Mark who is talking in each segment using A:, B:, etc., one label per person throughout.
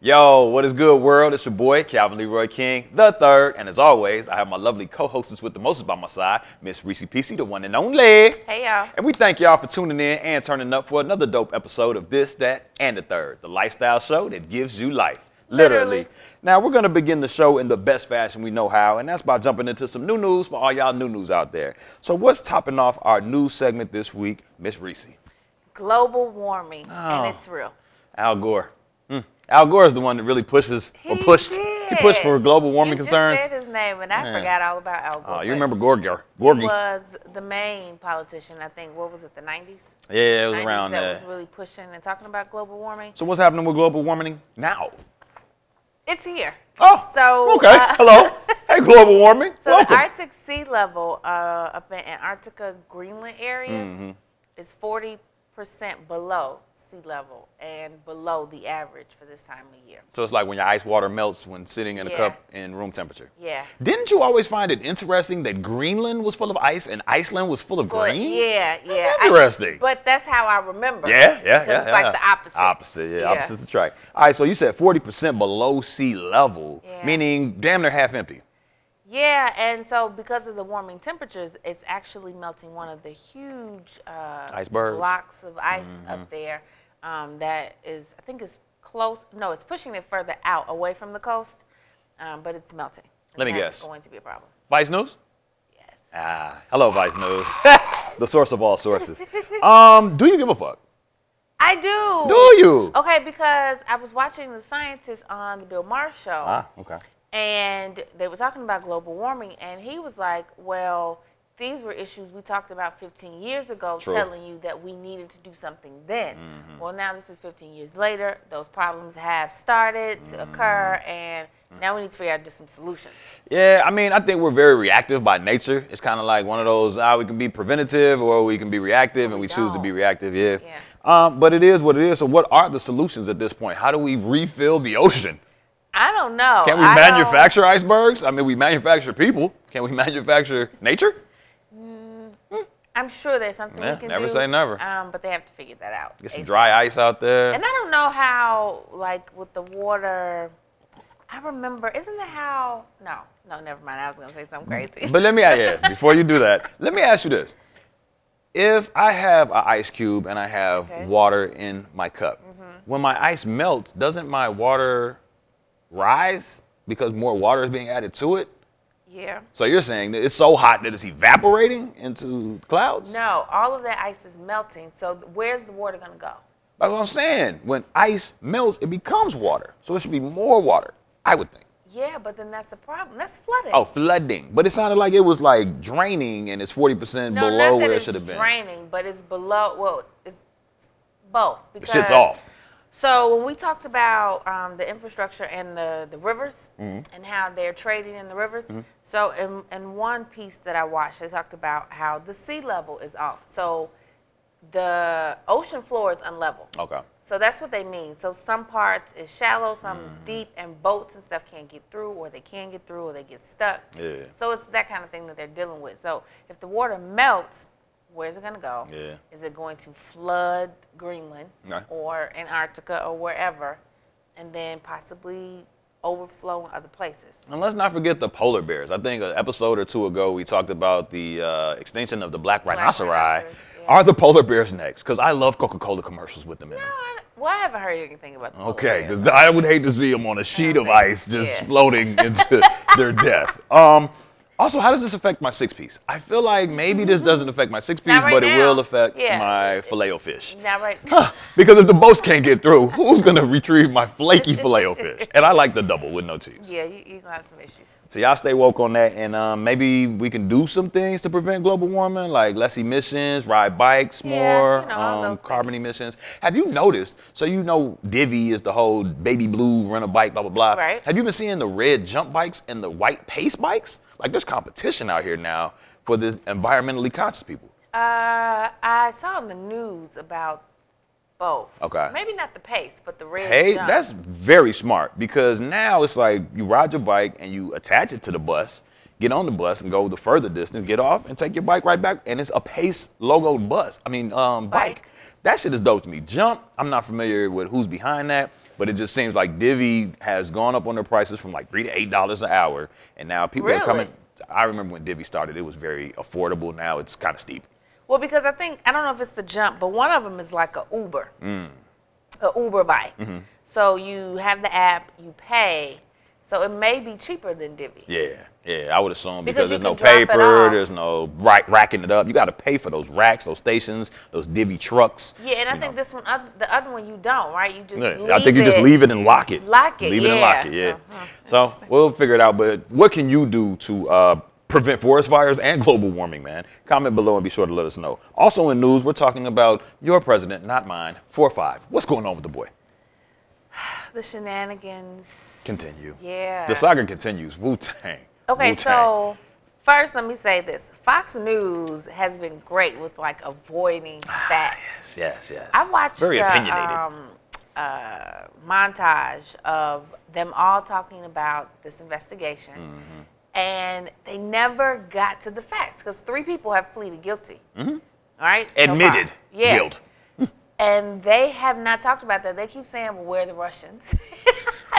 A: Yo, what is good, world? It's your boy, Calvin Leroy King, the third. And as always, I have my lovely co hostess with the most by my side, Miss Reese PC, the one and only.
B: Hey y'all.
A: And we thank y'all for tuning in and turning up for another dope episode of This, That, and the Third, the lifestyle show that gives you life. Literally.
B: Literally.
A: Now, we're going to begin the show in the best fashion we know how, and that's by jumping into some new news for all y'all new news out there. So, what's topping off our news segment this week, Miss Reese?
B: Global warming,
A: Oh.
B: and it's real.
A: Al Gore. Mm. Al Gore is the one that really pushes or
B: He
A: pushed. He
B: did.
A: pushed for global warming
B: you
A: concerns.
B: Just said his name, and I
A: Man.
B: forgot all about Al Gore.
A: Oh, you
B: but
A: remember Gorgie?
B: He
A: Gorgie?
B: was the main politician, I think. What was it, the 90s?
A: yeah, it was around
B: that.
A: that.
B: was really pushing and talking about global warming.
A: So what's happening with global warming now?
B: It's here.
A: Oh,
B: So,
A: okay.
B: uh,
A: Hello. Hey, global warming.
B: So
A: Welcome.
B: the Arctic sea level uh, up in Antarctica, Greenland area
A: Mm-hmm.
B: is 40% below sea level and below the average for this time of year.
A: so it's like when your ice water melts when sitting in a
B: Yeah.
A: cup in room temperature.
B: Yeah.
A: Didn't you always find it interesting that Greenland was full of ice and Iceland was full of
B: But
A: green?
B: Yeah, yeah.
A: That's
B: I-
A: interesting.
B: but that's how I remember.
A: Yeah, yeah,
B: 'Cause
A: yeah.
B: It's
A: yeah.
B: like the opposite.
A: Opposite, yeah, Opposites attract. All right, so you said 40% below sea level,
B: Yeah.
A: meaning damn near half empty.
B: Yeah, and so because of the warming temperatures, it's actually melting one of the huge uh,
A: Icebergs. Mm-hmm.
B: blocks of ice up there. Um, that is, I think, it's close. No, it's pushing it further out, away from the coast, um, but it's melting.
A: Let me
B: And
A: guess.
B: That's going to be a problem.
A: Vice News?
B: Yes.
A: Ah, hello, Vice News. the source of all sources. Um, do you give a fuck?
B: I do.
A: Do you?
B: Okay, because I was watching the scientists on the Bill Maher show.
A: Ah, okay.
B: and they were talking about global warming and he was like well these were issues we talked about 15 years ago
A: True. Mm-hmm.
B: telling you that we needed to do something then well now this is 15 years later those problems have started to occur
A: Mm-hmm.
B: and now we need to figure out just some solutions
A: Yeah, I mean, I think we're very reactive by nature. It's kind of like one of those, ah, we can be preventative or we can be reactive, and we
B: Oh, we
A: choose to be
B: don't.
A: reactive, yeah.
B: Yeah.
A: Um, but it is what it is. So, what are the solutions at this point? How do we refill the ocean?
B: i don't know
A: Can we
B: Oh, I don't-
A: manufacture icebergs? I mean, we manufacture people. Can we manufacture nature?
B: i'm sure there's something
A: Yeah,
B: we can
A: never
B: do,
A: say never.
B: um, but they have to figure that out
A: Get some
B: ASAP.
A: dry ice out there.
B: And I don't know how, like, with the water. I remember, isn't that how? No, no, never mind. I was gonna say something crazy.
A: Mm, But let me, yeah, before you do that, let me ask you this. If I have an ice cube and I have
B: Okay. Mm-hmm.
A: water in my cup, when my ice melts, doesn't my water rise because more water is being added to it?
B: yeah.
A: So you're saying that it's so hot that it's evaporating into clouds?
B: No, all of that ice is melting. So th- where's the water gonna go?
A: That's what I'm saying. When ice melts, it becomes water. So it should be more water, I would think.
B: Yeah, but then that's the problem. That's flooding.
A: Oh, flooding. But it sounded like it was like draining and it's 40%
B: no,
A: below
B: not that
A: where it
B: it's
A: should have been.
B: draining, but it's below. Well, it's both.
A: The
B: Because
A: shit's off.
B: So when we talked about um, the infrastructure and the, the rivers
A: Mm-hmm.
B: and how they're trading in the rivers, so in, in one piece that I watched, they talked about how the sea level is off. So the ocean floor is unlevel.
A: Okay.
B: So that's what they mean. So some parts is shallow, some
A: Mm-hmm.
B: is deep, and boats and stuff can't get through, or they can get through, or they get stuck.
A: Yeah.
B: So it's that kind of thing that they're dealing with. So if the water melts, where's it gonna go?
A: Yeah.
B: Is it going to flood Greenland
A: Right.
B: or Antarctica or wherever, and then possibly overflow in other places?
A: And let's not forget the polar bears. I think an episode or two ago we talked about the uh, extinction of the black, rhinoceri.
B: rhinoceros, yeah.
A: Are the polar bears next? Because I love Coca-Cola commercials with them in
B: No,
A: them.
B: I, well, I haven't heard anything about the polar
A: Okay,
B: bears.
A: because I would hate to see them on a sheet of
B: think-
A: ice just
B: yeah.
A: floating into their death. Um, also, how does this affect my six piece? I feel like maybe this doesn't affect my six piece,
B: Mm-hmm. Not right
A: but it will
B: now.
A: affect
B: Yeah.
A: my filet o fish.
B: Not right.
A: Because if the boats can't get through, who's gonna retrieve my flaky filet o fish? And I like the double with no cheese.
B: yeah, you, you're gonna have some issues.
A: So y'all stay woke on that, and um, maybe we can do some things to prevent global warming, like less emissions, ride bikes
B: Yeah,
A: more,
B: you know, all
A: um,
B: those
A: carbon
B: things.
A: emissions. Have you noticed? So you know, Divvy is the whole baby blue rent a bike, blah blah blah.
B: Right.
A: Have you been seeing the red jump bikes and the white pace bikes? Like there's competition out here now for this environmentally conscious people.
B: Uh, I saw in the news about both.
A: Okay.
B: Maybe not the pace, but the red.
A: Hey,
B: jump.
A: that's very smart because now it's like you ride your bike and you attach it to the bus, get on the bus and go the further distance, get off and take your bike right back, and it's a pace logo bus. I mean, um, bike.
B: Bike.
A: That shit is dope to me. Jump. I'm not familiar with who's behind that, But it just seems like Divvy has gone up on their prices from like three to eight dollars an hour, and now people are coming. I remember when Divvy started, it was very affordable. Now it's kind of steep.
B: Well, because I think I don't know if it's the jump, but one of them is like a Uber,
A: Mm.
B: a Uber bike.
A: Mm-hmm.
B: So you have the app, you pay, so it may be cheaper than Divvy.
A: Yeah, yeah, I would assume because,
B: Because
A: there's
B: you
A: no
B: can drop it
A: paper,
B: off.
A: there's no rack, racking it up. You got to pay for those racks, those stations, those divvy trucks.
B: Yeah, and I
A: you
B: think
A: know.
B: this one, other, the other one, you don't, right? You just
A: Yeah, I think you just leave it and lock it.
B: Lock it,
A: Leave it and lock
B: yeah.
A: it. Yeah.
B: Uh-huh.
A: So we'll figure it out. But what can you do to uh, prevent forest fires and global warming, man? Comment below and be sure to let us know. Also in news, we're talking about your president, not mine. Four five. What's going on with the boy?
B: The shenanigans.
A: Continue.
B: Yeah.
A: The saga continues. Wu Tang.
B: Okay, so first, let me say this: Fox News has been great with like avoiding
A: Ah,
B: facts.
A: Yes, yes, yes.
B: I watched
A: Very
B: a,
A: opinionated.
B: um, uh, montage of them all talking about this investigation,
A: Mm-hmm.
B: and they never got to the facts because three people have pleaded guilty. All right, so far.
A: Mm-hmm. Admitted
B: yeah.
A: guilt.
B: and they have not talked about that. They keep saying, well, "Where are the Russians?"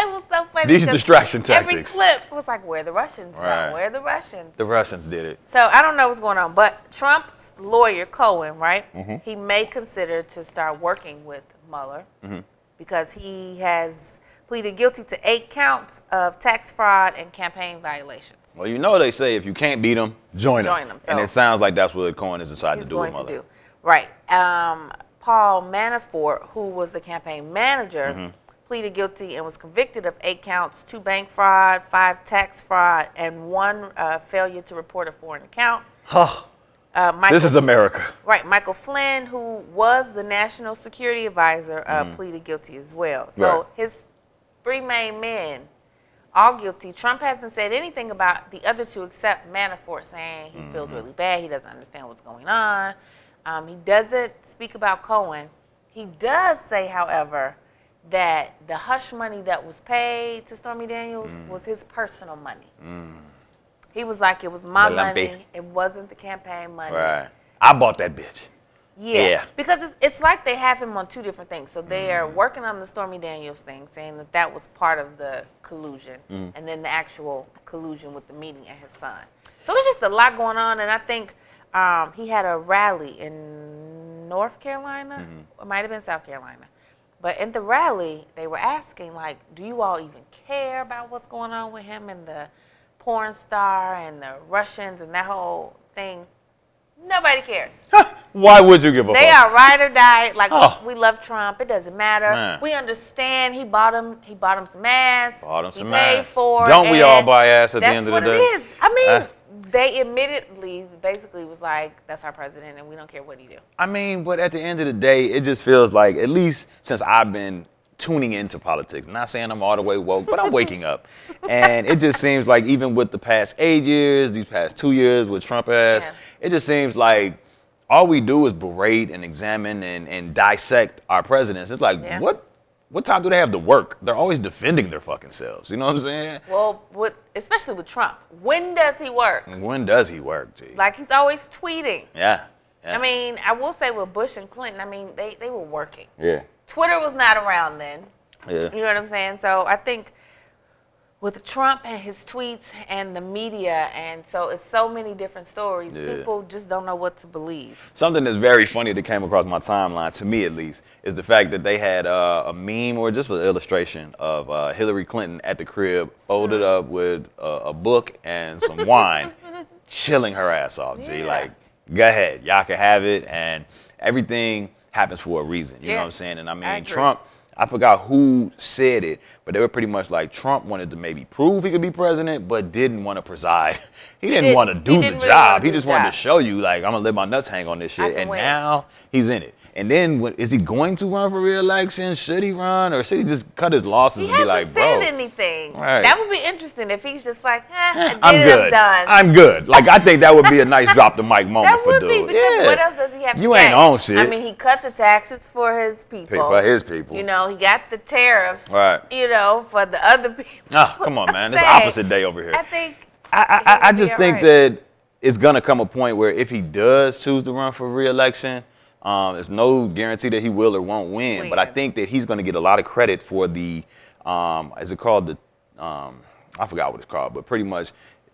B: it was so funny.
A: These
B: 'cause
A: distraction
B: Every
A: tactics.
B: clip was like, "Where are the Russians?" now?
A: Right.
B: Where are the Russians?
A: The Russians did it.
B: So I don't know what's going on, but Trump's lawyer Cohen, right?
A: Mm-hmm.
B: He may consider to start working with Mueller
A: Mm-hmm.
B: because he has pleaded guilty to eight counts of tax fraud and campaign violations.
A: Well, you know they say if you can't beat them, join them.
B: Join 'em,
A: And
B: so-
A: it sounds like that's what Cohen is deciding
B: He's
A: to do
B: going
A: with
B: to
A: Mueller.
B: do right. Um, Paul Manafort, who was the campaign manager,
A: Mm-hmm.
B: pleaded guilty and was convicted of eight counts: two bank fraud, five tax fraud, and one uh, failure to report a foreign account.
A: Huh.
B: Uh, Michael
A: This is America.
B: Right, Michael Flynn, who was the national security advisor, uh, pleaded guilty as well. So
A: Mm-hmm. Right.
B: his three main men, all guilty. Trump hasn't said anything about the other two except Manafort, saying he
A: Mm-hmm.
B: feels really bad. He doesn't understand what's going on. Um, he doesn't speak about Cohen. He does say, however, that the hush money that was paid to Stormy Daniels
A: Mm.
B: was his personal money. He was like, it was my
A: The lumpy.
B: money. It wasn't the campaign money.
A: Right. I bought that bitch.
B: Yeah.
A: Yeah.
B: Because it's, it's like they have him on two different things. So they are working on the Stormy Daniels thing, saying that that was part of the collusion, and then the actual collusion with the meeting and his son. So it's just a lot going on, and I think um, he had a rally in North Carolina. It might have been South Carolina. But in the rally, they were asking, like, do you all even care about what's going on with him and the porn star and the Russians and that whole thing? Nobody cares.
A: Why would you give a
B: They
A: fuck?
B: are ride or die. Like
A: Oh.
B: we love Trump. It doesn't matter.
A: Man.
B: We understand he bought him. He bought him some ass.
A: Bought him some
B: he paid
A: ass.
B: For
A: Don't we all
B: and
A: buy ass at the
B: that's
A: end of the
B: what
A: day?
B: It is. I mean,
A: That's-
B: they admittedly basically was like, "That's our president, and we don't care what he do."
A: I mean, but at the end of the day, it just feels like, at least since I've been tuning into politics, not saying I'm all the way woke, but I'm waking up. And it just seems like, even with the past eight years, these past two years with Trump ass,
B: Yeah.
A: it just seems like all we do is berate and examine and, and dissect our presidents. It's like,
B: Yeah.
A: what? What time do they have to work? They're always defending their fucking selves. You know what I'm saying?
B: Well, with especially with Trump, when does he work?
A: When does he work, G?
B: Like he's always tweeting.
A: yeah. yeah.
B: I mean, I will say with Bush and Clinton, I mean they they were working.
A: Yeah.
B: Twitter was not around then.
A: Yeah.
B: You know what I'm saying? So I think with Trump and his tweets and the media, and so it's so many different stories,
A: Yeah.
B: people just don't know what to believe.
A: Something that's very funny that came across my timeline, to me at least, is the fact that they had uh, a meme or just an illustration of uh, Hillary Clinton at the crib, folded
B: Uh-huh.
A: up with uh, a book and some wine, chilling her ass off. G,
B: Yeah.
A: like, go ahead, y'all can have it, and everything happens for a reason. You know
B: Yeah.
A: what I'm saying? And I mean,
B: I agree.
A: Trump. I forgot who said it, but they were pretty much like Trump wanted to maybe prove he could be president, but didn't want to preside. He didn't,
B: didn't-
A: want to
B: he
A: do the
B: didn't really wanna
A: job.
B: do
A: He
B: the
A: just wanted to
B: job.
A: show you, like, I'm gonna let my nuts hang on this
B: I
A: shit.
B: can
A: And
B: win.
A: now he's in it. And then what, is he going to run for reelection? Should he run, or should he just cut his losses
B: He
A: and be
B: hasn't
A: like,
B: said
A: bro?
B: anything.
A: Right.
B: That would be interesting if he's just like, eh, I did
A: I'm
B: it,
A: good.
B: I'm done.
A: I'm good. Like I think that would be a nice drop the mic moment
B: that
A: for
B: would
A: dude.
B: be because
A: yeah.
B: what else does he have to
A: You ain't
B: say?
A: on shit.
B: I mean, he cut the taxes for his people.
A: Pay for his people.
B: You know, he got the tariffs.
A: Right.
B: You know, for the other people.
A: Ah, come on, man. It's
B: Saying,
A: opposite day over here.
B: I think.
A: I,
B: It would
A: I, I
B: be
A: just
B: all
A: think
B: right.
A: that it's gonna come a point where if he does choose to run for reelection, Um, there's no guarantee that he will or won't win, but I
B: Win.
A: think that he's going to get a lot of credit for the, um, is it called the, um, I forgot what it's called, but pretty much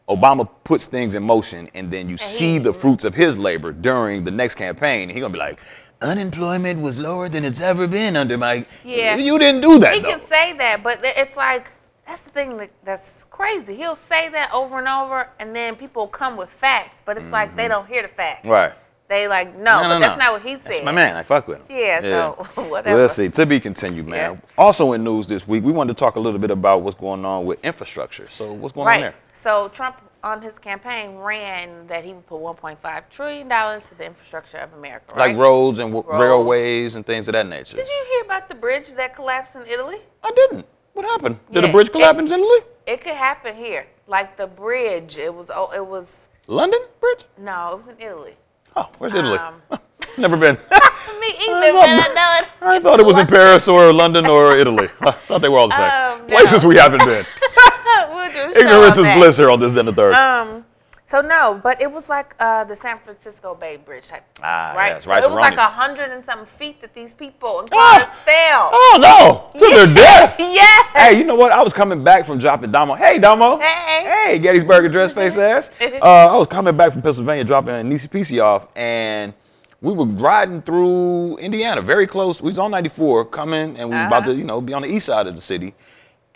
A: Obama puts things in motion and then you see
B: he-
A: the fruits of his labor during the next campaign. He's going to be like, unemployment was lower than it's ever been under my,
B: Yeah.
A: you didn't do that
B: He
A: though.
B: can say that, but th- it's like that's the thing that, that's crazy. He'll say that over and over, and then people come with facts, but it's like they don't hear the facts.
A: Mm-hmm. Right.
B: They like
A: No,
B: no,
A: no,
B: but that's
A: no.
B: not what he said.
A: That's my man. I fuck with him.
B: Yeah, so, whatever.
A: We'll see. To be continued, man.
B: Yeah.
A: Also in news this week, we wanted to talk a little bit about what's going on with infrastructure. So what's going on
B: Right.
A: there?
B: So Trump on his campaign ran that he would put 1.5 trillion dollars to the infrastructure of America. Right?
A: Like roads and w-
B: Roads.
A: railways and things of that nature.
B: Did you hear about the bridge that collapsed in Italy?
A: I didn't. What happened? Did
B: Yeah,
A: a bridge
B: it-
A: collapse in Italy?
B: It could happen here. Like the bridge, it was oh, it was
A: London bridge?
B: no, it was in Italy.
A: Oh, where's Italy?
B: Um,
A: Never been.
B: Me either, man. I know it.
A: I thought it was in Paris or London or Italy. I thought they were all the same.
B: Um, no.
A: Places we haven't been.
B: We'll do a show
A: Ignorance
B: on
A: is
B: that.
A: bliss here on this and the third.
B: Um, so no, but it was like uh, the San Francisco Bay Bridge type,
A: Ah,
B: right?
A: yes,
B: so
A: Rice
B: it was like
A: Aroni.
B: a hundred and something feet that these people and
A: Ah!
B: cars fell.
A: oh no! To their death.
B: Yes.
A: Hey, you know what? I was coming back from dropping Damo. Hey, Damo.
B: Hey.
A: Hey, Gettysburg address face ass. Uh, I was coming back from Pennsylvania dropping a Nisi PC off, and we were riding through Indiana, very close. We was on 94 coming, and we were about
B: Uh-huh.
A: to, you know, be on the east side of the city.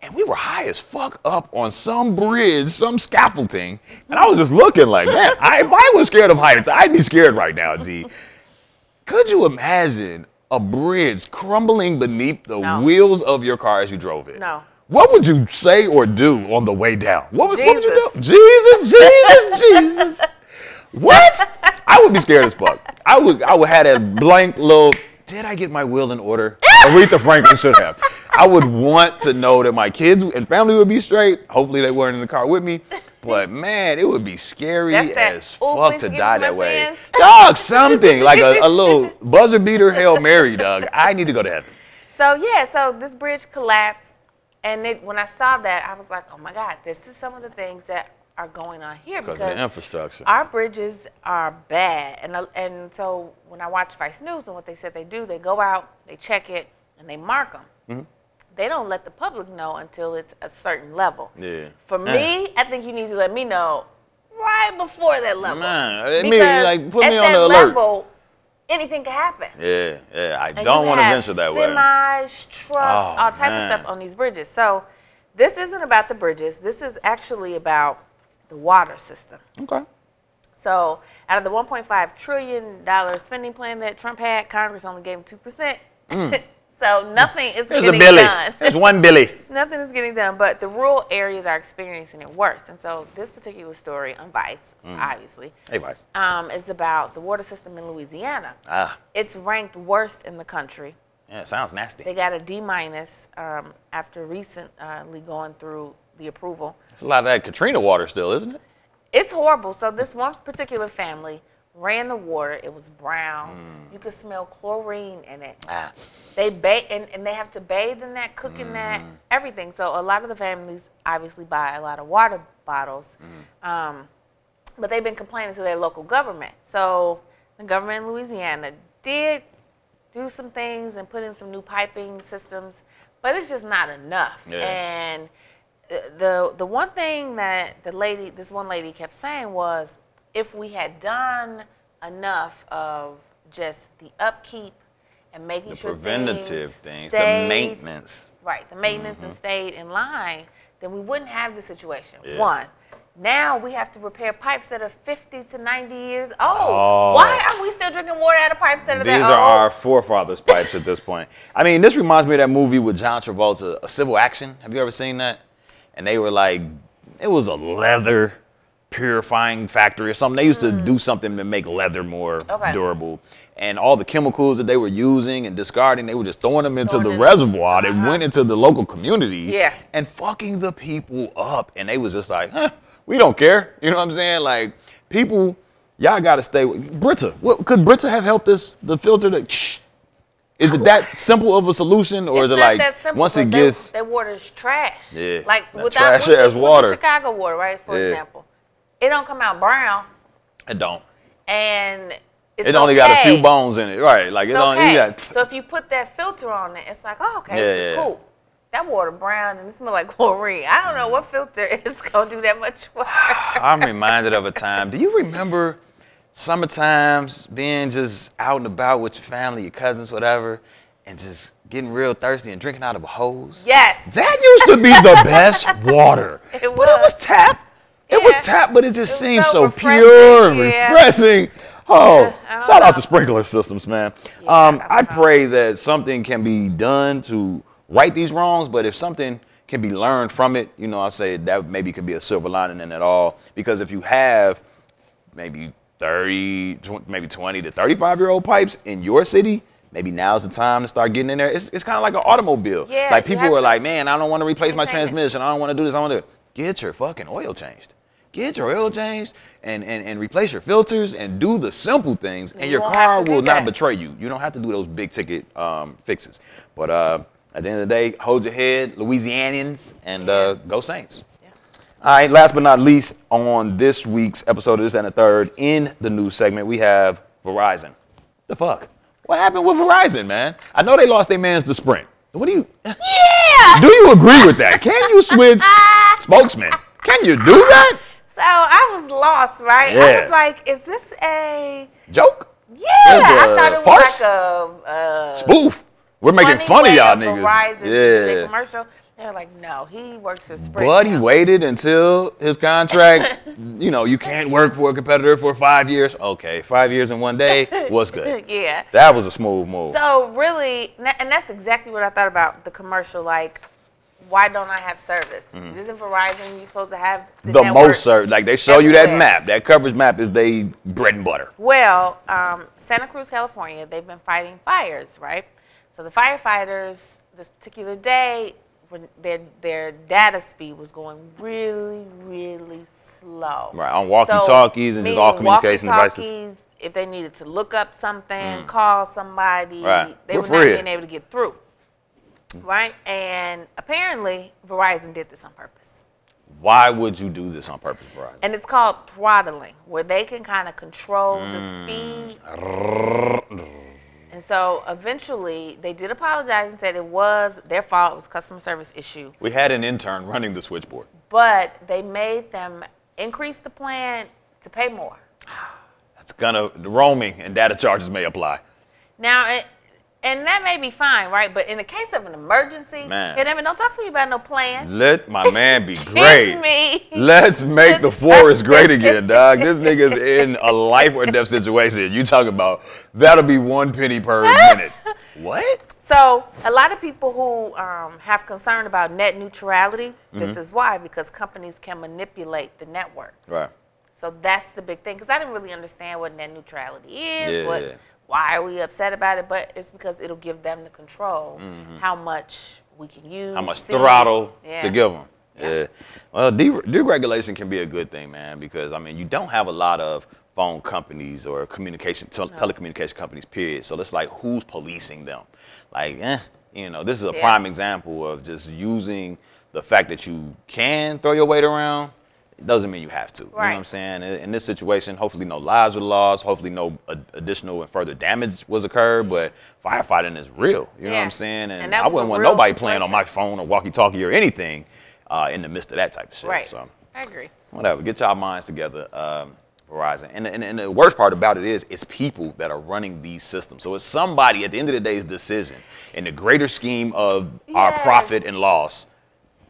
A: And we were high as fuck up on some bridge, some scaffolding. And I was just looking like, man, I, if I was scared of heights, I'd be scared right now, G. Could you imagine a bridge crumbling beneath the
B: No.
A: wheels of your car as you drove it?
B: No.
A: What would you say or do on the way down? What would, what would you do?
B: Jesus.
A: Jesus, Jesus, Jesus. What? I would be scared as fuck. I would I would have that blank little did I get my will in order? Aretha Franklin should have. I would want to know that my kids and family would be straight. Hopefully they weren't in the car with me. But man, it would be scary
B: That's that,
A: as
B: "Oh,
A: fuck
B: please
A: to
B: give me
A: die
B: my
A: that way.
B: sins."
A: Dog, something like a, a little buzzer beater Hail Mary, dog. I need to go to heaven.
B: So yeah, so this bridge collapsed, and it, when I saw that, I was like, oh my God, this is some of the things that are going on here
A: Because of the infrastructure.
B: our bridges are bad, and I- and so when I watch Vice News and what they said they do, they go out, they check it, and they mark them.
A: Mm-hmm.
B: They don't let the public know until it's a certain level.
A: Yeah.
B: For
A: Yeah.
B: me, I think you need to let me know right before that level.
A: Man, I mean,
B: Because
A: like, put
B: at
A: me on
B: that
A: the alert.
B: level, anything can happen.
A: Yeah, yeah. I
B: And
A: don't
B: you
A: want to
B: have uh,
A: venture that way.
B: Semis, trucks,
A: Oh,
B: all type
A: man.
B: of stuff on these bridges. So this isn't about the bridges. This is actually about the water system.
A: Okay.
B: So out of the 1.5 trillion dollar spending plan that Trump had, Congress only gave him two percent. so nothing is
A: Mm. There's a
B: getting
A: Billy.
B: done.
A: There's one Billy.
B: nothing is getting done. But the rural areas are experiencing it worse. And so this particular story on Vice,
A: Mm.
B: obviously,
A: Hey, Vice.
B: um, is about the water system in Louisiana.
A: Ah,
B: It's ranked worst in the country.
A: yeah, it sounds nasty.
B: They got a D minus um, after recently uh, going through the approval.
A: It's a lot of that Katrina water still, isn't it?
B: It's horrible. So this one particular family ran the water. It was brown. You could smell chlorine in it.
A: Ah.
B: They bathe and, and they have to bathe in that, cook in that, everything. So a lot of the families obviously buy a lot of water bottles. Um, but they've been complaining to their local government. So the government in Louisiana did do some things and put in some new piping systems, but it's just not enough.
A: Yeah.
B: And the- the the one thing that the lady, this one lady, kept saying was, if we had done enough of just the upkeep and making
A: The
B: sure
A: preventative things, the
B: stayed-
A: maintenance. Mm-hmm.
B: right, the maintenance and stayed in line, then we wouldn't have this situation.
A: Yeah.
B: One. Now we have to repair pipes that are 50 to 90 years old.
A: Oh.
B: Why are we still drinking water out of pipes that are
A: These
B: that
A: are
B: old?
A: our forefathers' pipes at this point. I mean, this reminds me of that movie with John Travolta, A Civil Action. Have you ever seen that? And they were like, it was a leather purifying factory or something. They used to do something to make leather more
B: Hmm. Okay.
A: durable. And all the chemicals that they were using and discarding, they were just throwing them into
B: Throwing
A: the
B: it in. Uh-huh.
A: reservoir that went into the local community
B: Yeah.
A: and fucking the people up. And they was just like, huh, we don't care. You know what I'm saying? Like, people, y'all gotta stay with Brita. What could Brita have helped us? The filter that shh. Is it that simple of a solution, or is it
B: It's not
A: like
B: that simple,
A: once it
B: but that-
A: gets
B: that water's trash.
A: Yeah,
B: Like
A: that
B: without
A: trash
B: with the-
A: ass
B: with the
A: water.
B: Chicago water, right? For
A: Yeah.
B: example, it don't come out brown,
A: it don't.
B: and it's
A: it only got a few
B: okay.
A: bones in it, right? Like it
B: It's
A: only you
B: okay.
A: got.
B: so if you put that filter on it, it's like, oh, okay, this
A: Yeah,
B: is
A: yeah.
B: cool. That water brown and it smell like chlorine. I don't know what filter is gonna do that much work.
A: I'm reminded of a time. Do you remember summertimes being just out and about with your family, your cousins, whatever, and just getting real thirsty and drinking out of a hose?
B: Yes.
A: That used to be the best water.
B: It
A: But it was
B: was.
A: tap. It was
B: Yeah.
A: tap, but it just
B: It was
A: seemed
B: so
A: so,
B: refreshing,
A: pure and
B: yeah.
A: refreshing. Oh,
B: I don't
A: shout out
B: know.
A: to sprinkler systems, man.
B: Yeah,
A: um,
B: I
A: I
B: don't know.
A: pray that something can be done to right these wrongs, but if something can be learned from it, you know, I say that maybe could be a silver lining in it all. Because if you have maybe 30, tw- maybe 20 to 35 year old pipes in your city, maybe now's the time to start getting in there. It's, it's kind of like an automobile.
B: Yeah,
A: like
B: you
A: people
B: have
A: are
B: to-
A: like, man, I don't want to replace my
B: Entertainment.
A: transmission. I don't want to do this. I want to do it. Get your fucking oil changed. Get your oil changed and, and, and replace your filters and do the simple things, and
B: You
A: your
B: won't have
A: car
B: to do
A: will not
B: that.
A: betray you. You don't have to do those big ticket um, fixes. But uh, at the end of the day, hold your head, Louisianians, and uh, go Saints. All right, last but not least, on this week's episode of This and the Third, in the news segment, we have Verizon. The fuck? What happened with Verizon, man? I know they lost their man's to Sprint. What do you eh?
B: Yeah.
A: do you agree with that? Can you switch spokesman? Can you do that?
B: So I was lost, right?
A: Yeah.
B: I was like, is this a
A: Joke?
B: yeah?
A: It's a
B: I thought it was
A: farce.
B: like a, uh
A: Spoof. We're making fun
B: funny
A: of
B: way
A: y'all
B: Verizon to do the
A: niggas. Yeah.
B: commercial. They're like, no, he works for Sprint.
A: But he
B: now.
A: waited until his contract, you know, you can't work for a competitor for five years. Okay, five years in one day was good.
B: yeah.
A: That was a smooth move.
B: So really, na- and that's exactly what I thought about the commercial. Like, why don't I have service? Isn't Verizon you're supposed to have the,
A: Mm. the
B: network?
A: most served. Like they show you that
B: everywhere.
A: map. That coverage map is they bread and butter.
B: Well, um, Santa Cruz, California, they've been fighting fires, right? So the firefighters, this particular day, when their their data speed was going really, really slow.
A: Right, on walkie-talkies and just all
B: meaning walkie-talkies,
A: communication devices. Mm.
B: If they needed to look up something, call somebody,
A: Right.
B: they
A: We're
B: were not
A: free.
B: being able to get through. Right, and apparently Verizon did this on purpose
A: Why would you do this on purpose, Verizon?
B: and it's called throttling, where they can kind of control
A: Mm.
B: the speed. And so eventually, they did apologize and said it was their fault. It was a customer service issue,
A: We had an intern running the switchboard.
B: but they made them increase the plan to pay more.
A: That's gonna roaming and data charges may apply.
B: Now, it, and that may be fine, right? But in the case of an emergency,
A: Man.
B: it, I mean, don't talk to me about no plan.
A: Let my man be
B: Kiss
A: great.
B: me.
A: Let's make the forest great again, dog. This nigga's in a life or death situation. You talk about that'll be one penny per minute. What?
B: So, a lot of people who um, have concern about net neutrality, this
A: Mm-hmm.
B: is why, because companies can manipulate the network.
A: Right.
B: So that's the big thing, because I didn't really understand what net neutrality is.
A: Yeah.
B: What, why are we upset about it? But it's because it'll give them the control how much we can use.
A: Mm-hmm. how much
B: see.
A: throttle
B: Yeah.
A: to give them. Yeah.
B: Yeah.
A: Well, de- deregulation can be a good thing, man, because I mean you don't have a lot of phone companies or communication tel telecommunication companies, period. So it's like who's policing them? Like, eh, you know, this is a
B: Yeah.
A: prime example of just using the fact that you can throw your weight around. It doesn't mean you have to. You know what I'm
B: Right.
A: saying? In, in this situation, hopefully no lives were lost. Hopefully no ad- additional and further damage was occurred. But firefighting is real. You know what
B: Mm. Yeah.
A: I'm saying? And,
B: And that
A: I
B: was a
A: wouldn't want
B: real
A: nobody playing on
B: situation.
A: my phone or walkie-talkie or anything uh, in the midst of that type of shit.
B: Right.
A: So
B: I agree.
A: whatever, get y'all minds together, um, Verizon. And, and and the worst part about it is, it's people that are running these systems. So it's somebody at the end of the day's decision. In the greater scheme of our
B: Yes.
A: profit and loss,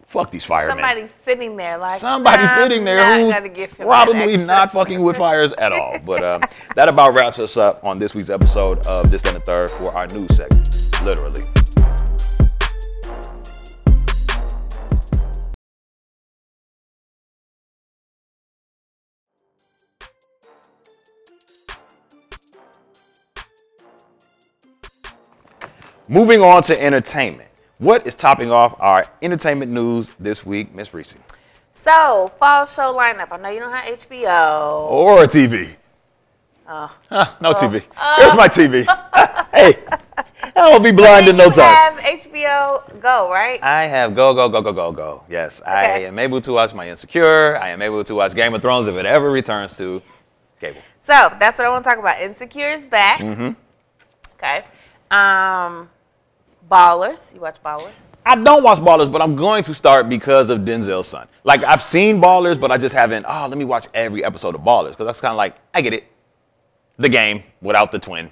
A: fuck these firemen.
B: Somebody's sitting there like
A: Somebody
B: "I'm
A: sitting
B: not
A: there
B: gonna
A: who's
B: give him that
A: probably
B: extra."
A: not fucking with fires at all. But um, that about wraps us up on this week's episode of This and the Third for our news segment, literally. Moving on to entertainment. What is topping off our entertainment news this week, Miss Reese?
B: So fall show lineup. I know you don't have HBO.
A: Or a TV?
B: Ah.
A: Huh, no TV.
B: Oh.
A: There's my TV. hey, I will be blind in
B: Then
A: no Uh,
B: you
A: time.
B: have HBO Go, right?
A: I have go go go go go go. Yes, I
B: Okay.
A: am able to watch my Insecure. I am able to watch Game of Thrones if it ever returns to cable.
B: So that's what I want to talk about. Insecure is back.
A: Mm-hmm.
B: Okay. Um, Ballers. You watch Ballers?
A: I don't watch Ballers, but I'm going to start because of Denzel's son. Like I've seen Ballers, but I just haven't. Oh, let me watch every episode of Ballers because that's kind of like I get it. The game without the twin.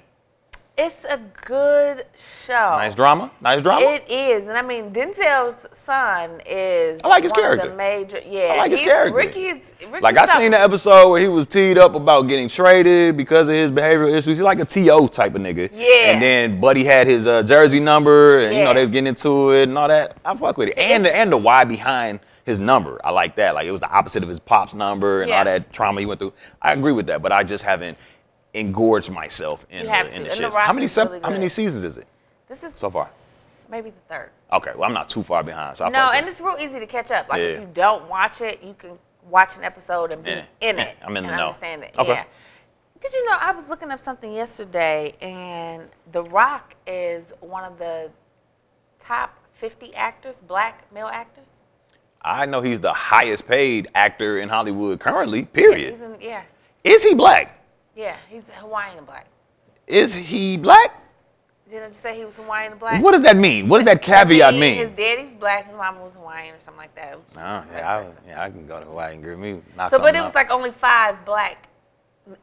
B: It's a good show.
A: Nice drama. Nice drama.
B: It is, and I mean Denzel's son is.
A: I like his
B: one Of
A: character.
B: the major, yeah.
A: I like his
B: he's-
A: character.
B: Ricky's, Ricky's
A: like I
B: tough.
A: seen the episode where he was teed up about getting traded because of his behavioral issues. He's like a TO type of nigga.
B: Yeah.
A: And then Buddy had his uh, jersey number, and you
B: Yeah.
A: know they was getting into it and all that. I fuck with it. And the and the why behind his number, I like that. Like it was the opposite of his pop's number and
B: Yeah.
A: all that trauma he went through. I agree with that, but I just haven't engorged myself in
B: You
A: the,
B: have
A: in
B: to.
A: the
B: And The
A: shits. How
B: Rock
A: many
B: is
A: sep-
B: really
A: how many
B: good.
A: seasons is it
B: This is
A: so far?
B: maybe the third.
A: Okay, well I'm not too far behind. So I
B: No,
A: fuck with
B: and it's real easy to catch up. Like if
A: Yeah.
B: you don't watch it, you can watch an episode and be
A: Yeah.
B: in it.
A: I'm in the
B: and
A: know.
B: understand it.
A: Okay.
B: Yeah. Did you know I was looking up something yesterday, and The Rock is one of the top 50 actors, black male actors.
A: I know he's the highest paid actor in Hollywood currently. Period.
B: He's in, yeah,
A: Is he black?
B: yeah. He's Hawaiian and black.
A: Is he black?
B: Didn't I just say he was Hawaiian and black?
A: What does that mean? What does that caveat
B: He- His
A: mean?
B: daddy's black, his mama was Hawaiian or something like that. It was
A: Nah,
B: vice
A: yeah,
B: versa.
A: I, yeah, I can go to Hawaii and grip me. knock
B: So, but
A: something
B: it
A: up.
B: was like only five black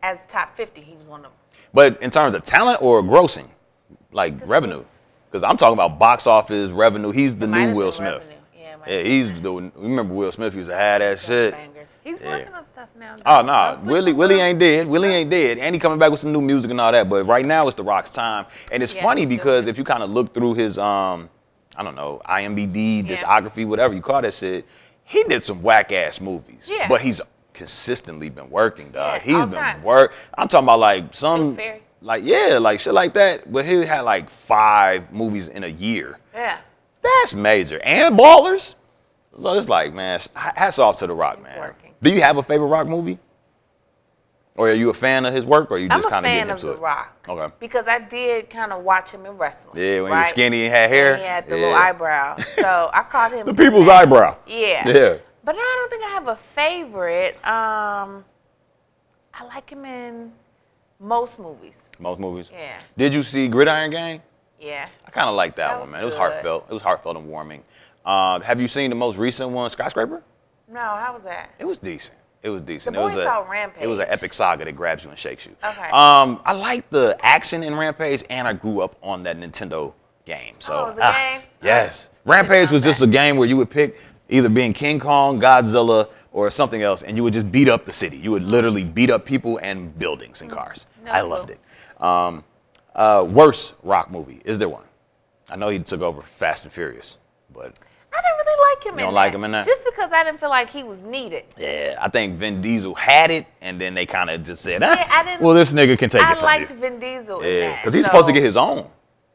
B: as top 50. He was one of them.
A: But in terms of talent or grossing, like revenue, because I'm talking about box office revenue. He's the
B: Might have
A: new
B: been
A: Will Smith.
B: revenue. Yeah, it might
A: Yeah,
B: have
A: he's the. Remember Will Smith used to have that
B: been
A: shit.
B: bangers. He's
A: Yeah.
B: working on stuff now.
A: Oh no,
B: Don't sleep
A: Willie
B: on
A: Willie
B: Will.
A: ain't dead. Willie ain't dead, and he coming back with some new music and all that. But right now it's The Rock's time, and it's
B: Yeah,
A: funny
B: it's
A: because if you kind of look through his um, I don't know, IMBD
B: Yeah.
A: discography, whatever you call that shit, he did some whack ass movies.
B: Yeah.
A: But he's consistently been working, dog.
B: Yeah, all
A: he's been
B: time.
A: work. I'm talking about like some,
B: Tooth Fairy.
A: like yeah, like shit like that. But he had like five movies in a year.
B: Yeah,
A: That's major. And ballers. So it's like, man, sh- hats off to The Rock, man.
B: working.
A: Do you have a favorite Rock movie? Or are you a fan of his work, or are you
B: I'm
A: just
B: a
A: kind of
B: fan
A: getting
B: of
A: into
B: The
A: it?
B: Rock.
A: Okay.
B: Because I did kind of watch him in wrestling.
A: Yeah, when he was
B: right?
A: skinny and had hair.
B: And he had the
A: yeah.
B: little eyebrow. So I called him
A: The people's eyebrow.
B: Yeah.
A: Yeah.
B: But no, I don't think I have a favorite. Um, I like him in most movies.
A: Most movies.
B: Yeah.
A: Did you see Gridiron Gang?
B: Yeah.
A: I kind of like that,
B: That
A: one,
B: was
A: man. It was
B: good.
A: heartfelt. It was heartfelt and warming. Um, have you seen the most recent one, Skyscraper?
B: No, how was that?
A: It was decent. It was decent.
B: The
A: it was
B: boys
A: a
B: saw Rampage.
A: It was an epic saga that grabs you and shakes you.
B: Okay.
A: Um, I like the action in Rampage, and I grew up on that Nintendo game. So
B: Oh, it was a
A: ah,
B: game?
A: yes,
B: Oh, I didn't
A: Rampage
B: know
A: was just
B: that.
A: a game where you would pick either being King Kong, Godzilla, or something else, and you would just beat up the city. You would literally beat up people and buildings and cars.
B: Mm, No,
A: I
B: cool.
A: loved it. Um, uh, worst rock movie is there one? I know he took over Fast and Furious, but
B: I didn't really like him.
A: You
B: in
A: don't like him in that?
B: Just because I didn't feel like he was needed.
A: Yeah, I think Vin Diesel had it, and then they kind of just said, ah,
B: Yeah, I didn't-
A: "Well, this nigga can take
B: I
A: it from
B: liked
A: you."
B: Vin Diesel in
A: Yeah,
B: that.
A: because he's supposed to
B: so-
A: get his own.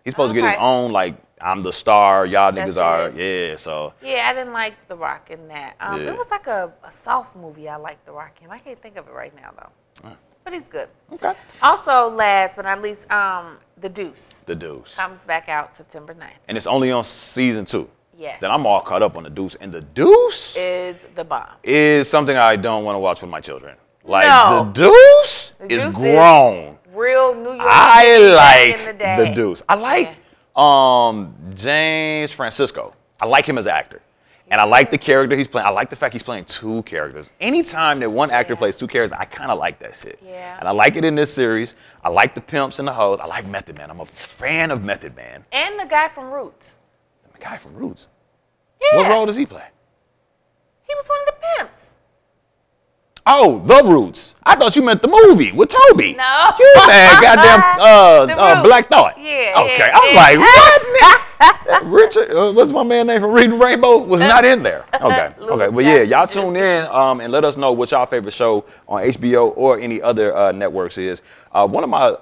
A: He's supposed to get his
B: Okay.
A: own. Like I'm the star, y'all
B: That's
A: niggas are.
B: his.
A: Yeah, so
B: Yeah, I didn't like The Rock in that. Um,
A: Yeah.
B: It was like a, a soft movie I liked The Rock in. I can't think of it right now, though. But he's good.
A: okay.
B: Also, last but not least, um, The Deuce
A: The Deuce,
B: comes back out September 9th.
A: and it's only on season two.
B: Yes.
A: Then I'm all caught up on the Deuce, and the Deuce is
B: Is the bomb.
A: something I don't want to watch with my children. Like
B: No.
A: the Deuce
B: The
A: is
B: Deuce is-
A: grown.
B: Real New York.
A: I
B: City back
A: like
B: in
A: the,
B: the, day.
A: Deuce. I like um, James Francisco. I like him as an actor. And I like the character he's playing. I like the fact he's playing two characters. Anytime that one actor
B: Yeah.
A: plays two characters, I kind of like that shit.
B: Yeah.
A: And I like it in this series. I like the pimps and the hoes. I like Method Man. I'm a fan of Method Man.
B: And the guy from Roots.
A: The guy from Roots.
B: Yeah.
A: What role does he play?
B: He was one of the pimps.
A: Oh, The Roots. I thought you meant the movie with Toby.
B: No.
A: You man, goddamn
B: The
A: uh, uh,
B: Roots.
A: Black Thought.
B: Yeah,
A: Okay.
B: yeah,
A: I was
B: yeah.
A: like, what? Richard, uh, what's my man name from Reading Rainbow? Was not in there. Okay,
B: Louis
A: okay, but yeah, y'all
B: Gossett.
A: tune in um, and let us know what y'all favorite show on HBO or any other uh, networks is. Uh, one of my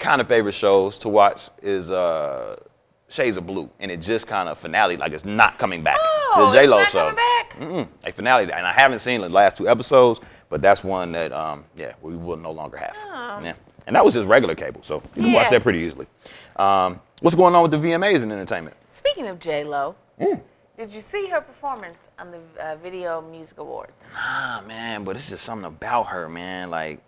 A: kind of favorite shows to watch is uh, Shades of Blue, and it just kind of finale like it's not coming back.
B: Oh,
A: the J Lo
B: it's not
A: show,
B: coming back?
A: Mm-mm, a finale, and I haven't seen the last two episodes, but that's one that um, yeah we will no longer have.
B: Oh.
A: Yeah. and that was just regular cable, so you can watch
B: Yeah.
A: that pretty easily. Um, what's going on with the VMAs in entertainment?
B: Speaking of J Lo,
A: Mm.
B: did you see her performance on the uh, Video Music Awards?
A: Ah man, but it's just something about her, man. Like,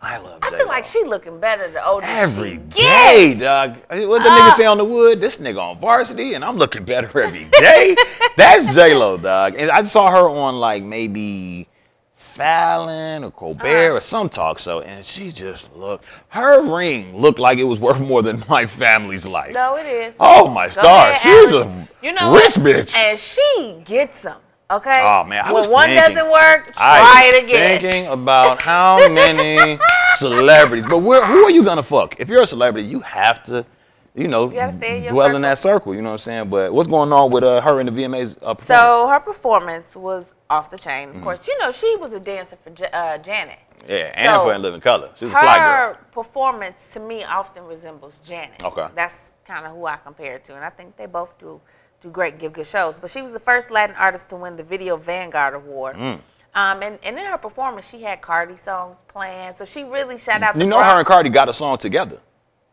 A: I love.
B: I
A: J-Lo.
B: feel like she looking better the older she
A: every
B: get.
A: day, dog. What the
B: Uh.
A: nigga say on the wood? This nigga on varsity, and I'm looking better every day. That's J Lo, dog. And I saw her on like maybe Fallon or Colbert
B: Uh.
A: or some talk show, and she just looked. Her ring looked like it was worth more than my family's life.
B: No, it is.
A: Oh my
B: Go
A: stars,
B: ahead,
A: she's a
B: Alex. you know what?
A: rich bitch.
B: And she gets them. Okay.
A: Oh, man, I
B: when
A: was
B: one
A: thinking-
B: doesn't work,
A: I
B: try
A: was
B: it again.
A: Thinking about how many celebrities, but where, who are you gonna fuck? If you're a celebrity, you have to, you know,
B: gotta stay in your
A: dwell in that circle. You know what I'm saying? But what's going on with uh, her in the VMAs? Uh, performance?
B: So her performance was off the chain.
A: Mm.
B: Of course, you know she was a dancer for J- uh, Janet.
A: yeah, and
B: so
A: for in Living Color, she's a fly girl.
B: Her performance to me often resembles Janet.
A: Okay.
B: That's kind of who I compare it to, and I think they both do do great, give good shows. But she was the first Latin artist to win the Video Vanguard Award.
A: Mm.
B: Um, and, and in her performance, she had Cardi songs playing, so she really shut out. the
A: You know, her and
B: Bronx.
A: Cardi got a song together.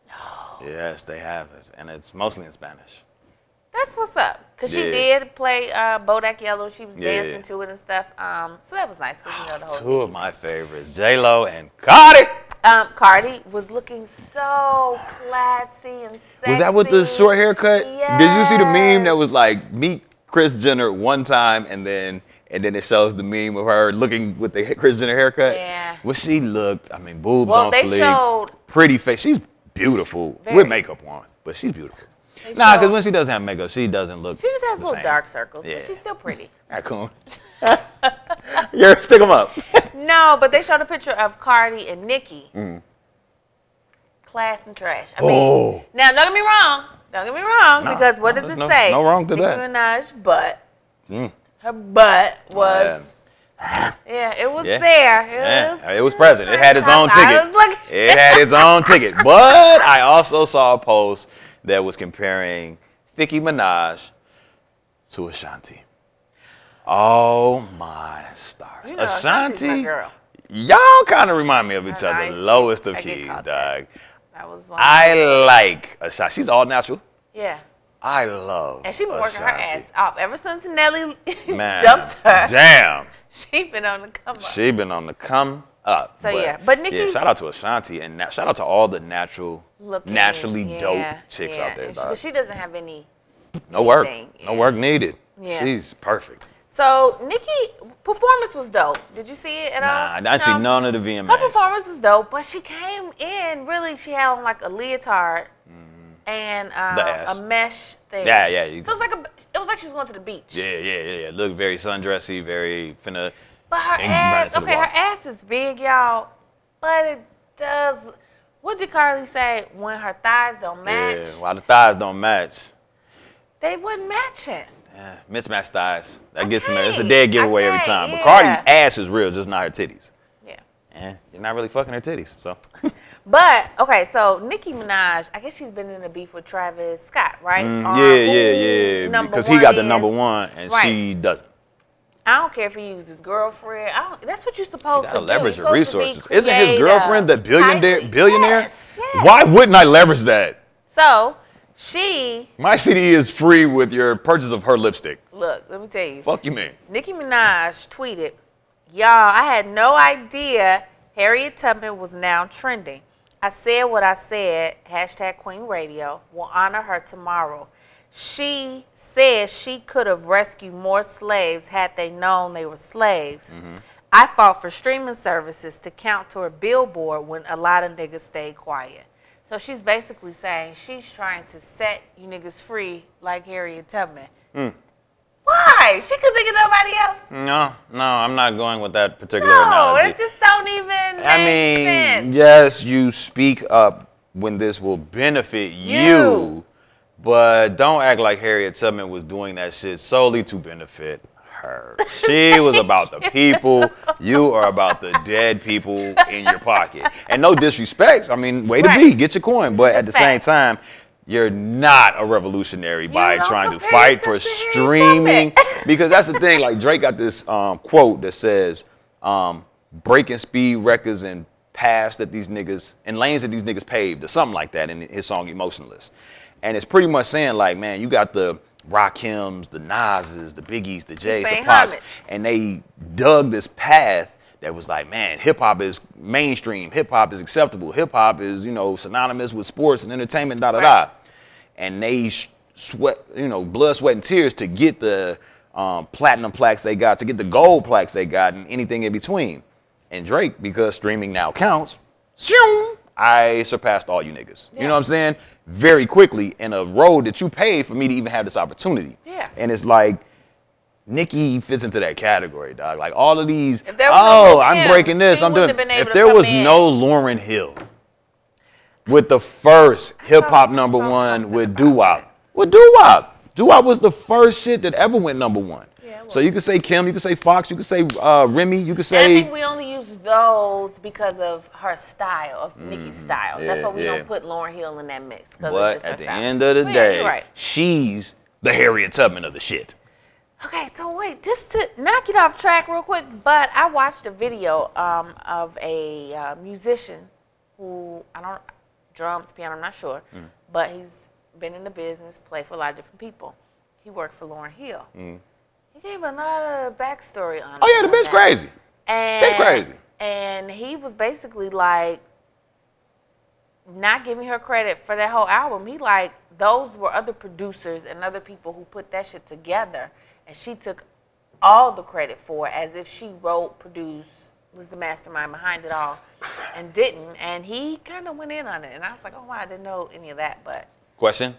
A: No. Yes, they have it, and it's mostly in Spanish.
B: That's what's up. Cause she
A: Yeah.
B: did play uh, Bodak Yellow. She was
A: Yeah. Ah,
B: dancing to it and stuff. Um, so that was nice. Cause you know the whole
A: Two of my favorites, J Lo and Cardi.
B: Um, Cardi was looking so classy and sexy.
A: Was that with the short haircut? Did you see the meme that was like meet Chris Jenner one time and then and then it shows the meme of her looking with the Chris Jenner haircut?
B: Yeah.
A: Well, she looked. I mean, boobs
B: Well,
A: on
B: they
A: fleek,
B: showed-
A: pretty face. She's beautiful
B: Very.
A: with makeup on, but she's beautiful.
B: They
A: Nah, because
B: showed-
A: when she doesn't have makeup, she doesn't look.
B: She just has
A: the
B: little
A: same.
B: dark circles,
A: Yeah.
B: but she's still pretty.
A: Raccoon. yeah, stick them up.
B: No, but they showed a picture of Cardi and Nicki.
A: Mm.
B: Class and trash. I mean,
A: Oh.
B: now don't get me wrong. Don't get me wrong,
A: Nah,
B: because what
A: no,
B: does
A: there's
B: it
A: no-
B: say?
A: no wrong to
B: Nicki
A: that. Mm.
B: Minaj butt. Her butt was. Yeah, it was
A: Yeah.
B: there. It
A: Yeah, it was present. It had its own
B: I
A: ticket.
B: was looking-
A: It had its own ticket. But I also saw a post that was comparing Nicki Minaj to Ashanti. Oh my stars.
B: You know, Ashanti's my
A: Ashanti,
B: girl.
A: y'all kind of remind me of each
B: I know,
A: other.
B: I used to-
A: Lowest of
B: I get
A: keys, dog.
B: called that. That was one.
A: I like Ashanti. She's all natural.
B: yeah.
A: I love
B: And she been working her ass
A: Ashanti.
B: off ever since Nelly
A: Man,
B: dumped her.
A: Damn.
B: She been on the come up.
A: She been on the come up.
B: So, yeah, but
A: yeah,
B: Nicki-
A: shout out to Ashanti and na- shout out to all the natural,
B: Looking,
A: naturally
B: yeah,
A: dope chicks
B: yeah.
A: out there.
B: And
A: Dog.
B: She, she doesn't have any.
A: no work,
B: anything,
A: no
B: yeah.
A: work needed.
B: Yeah.
A: She's perfect.
B: So Nikki performance was dope. Did you see it at
A: Nah, I
B: all?
A: didn't see none of the
B: Uh, um, Her
A: VMAs.
B: performance was dope, but she came in really. She had on like a leotard and
A: Mm-hmm. The ass.
B: um, a mesh thing.
A: Yeah, yeah, you-
B: so it was like a. It was like she was going to the beach.
A: Yeah, yeah, yeah, yeah. Look very sundressy, very finna.
B: But her
A: And ran
B: ass,
A: into the
B: okay, her
A: wall.
B: ass is big, y'all. But it does. What did Carly say? When her thighs don't match,
A: Yeah, while the thighs don't match.
B: they wouldn't match it.
A: Eh, mismatched thighs. That gets some. It's a
B: Okay,
A: dead giveaway every
B: okay,
A: time. But
B: yeah.
A: Cardi's ass is real, just not her titties.
B: Yeah.
A: Eh, you're not really fucking her titties. So
B: But okay, so Nicki Minaj, I guess she's been in a beef with Travis Scott, right? On
A: Mm, yeah, yeah,
B: who
A: yeah.
B: number
A: Because he got the number
B: is.
A: one and
B: Right.
A: she doesn't.
B: I don't care if he used his girlfriend. I don't, that's what you're supposed
A: Gotta
B: to
A: leverage
B: do.
A: your
B: You're supposed
A: resources.
B: to be
A: Isn't his
B: creative.
A: girlfriend the billionaire?
B: Highly-
A: Billionaire?
B: Yes, yes.
A: Why wouldn't I leverage that?
B: So she
A: My CD is free with your purchase of her lipstick.
B: look. Let me tell you.
A: Fuck you, man.
B: Nicki Minaj tweeted, Y'all, I had no idea Harriet Tubman was now trending. I said what I said. Hashtag Queen Radio will honor her tomorrow. She says she could have rescued more slaves had they known they were slaves. I fought for streaming services to count toward Billboard when a lot of niggas stayed quiet. So she's basically saying she's trying to set you niggas free like Harriet Tubman. Why? She could think of nobody else.
A: No, no, I'm not going with that particular
B: No,
A: analogy.
B: it just don't even make
A: I mean,
B: sense.
A: yes, you speak up when this will benefit you.
B: You.
A: but don't act like Harriet Tubman was doing that shit solely to benefit her. She was about the people. You are about the dead people in your pocket. And no disrespects. I mean, way to be,
B: Right.
A: get your coin. But at the same
B: Respect.
A: time, you're not a revolutionary by
B: don't
A: trying to
B: compare
A: fight for
B: yourself to Harriet
A: streaming
B: Tubman.
A: because that's the thing. Like Drake got this um, quote that says, um, "Breaking speed records and paths that these niggas and lanes that these niggas paved," or something like that, in his song "Emotionless." And it's pretty much saying like, man, you got the Rakims, the Nas's, the Biggies, the Jays, the
B: paying
A: Pacs,
B: homage.
A: and they dug this path that was like, man, hip hop is mainstream, hip hop is acceptable, hip hop is you know synonymous with sports and entertainment, da da
B: Right.
A: da, and they sh- sweat, you know, blood, sweat, and tears to get the um, platinum plaques they got, to get the gold plaques they got, and anything in between. And Drake, because streaming now counts, shoom, I surpassed all you niggas. You
B: Yeah.
A: know what I'm saying? Very quickly in a road that you paid for me to even have this opportunity.
B: Yeah.
A: And it's like, Nikki fits into that category, dog. Like all of these.
B: If there was
A: oh,
B: no
A: I'm
B: Kim,
A: breaking this.
B: she
A: I'm
B: wouldn't
A: doing.
B: have been able
A: If
B: to
A: there
B: come
A: was
B: in.
A: no Lauren Hill with the first hip hop
B: saw
A: number one
B: something
A: with
B: about
A: Doo
B: that.
A: Wop, with Doo Wop, Doo Wop was the first shit that ever went number one.
B: Yeah, it
A: so
B: was.
A: you could say Kim, you could say Fox, you could say uh, Remy, you could
B: And I
A: say.
B: think we only use those because of her style, of Nicki's style.
A: Mm-hmm.
B: That's
A: yeah,
B: why we
A: yeah.
B: don't put Lauren Hill in that mix. 'cause of
A: But
B: just her
A: at the
B: style.
A: end of the
B: But yeah,
A: day,
B: you're right.
A: she's the Harriet Tubman of the shit.
B: Okay, so wait, just to knock it off track real quick, but I watched a video um, of a uh, musician who I don't drums, piano, I'm not sure,
A: Mm.
B: but he's been in the business, played for a lot of different people. He worked for Lauren Hill. He gave a lot of backstory on.
A: Mm. Oh yeah, the
B: on
A: bitch
B: that.
A: crazy.
B: And,
A: crazy.
B: And he was basically like not giving her credit for that whole album. He like those were other producers and other people who put that shit together, and she took all the credit for it as if she wrote, produced, was the mastermind behind it all, and didn't. And he kind of went in on it, and I was like, oh wow, I didn't know any of that, but
A: Question: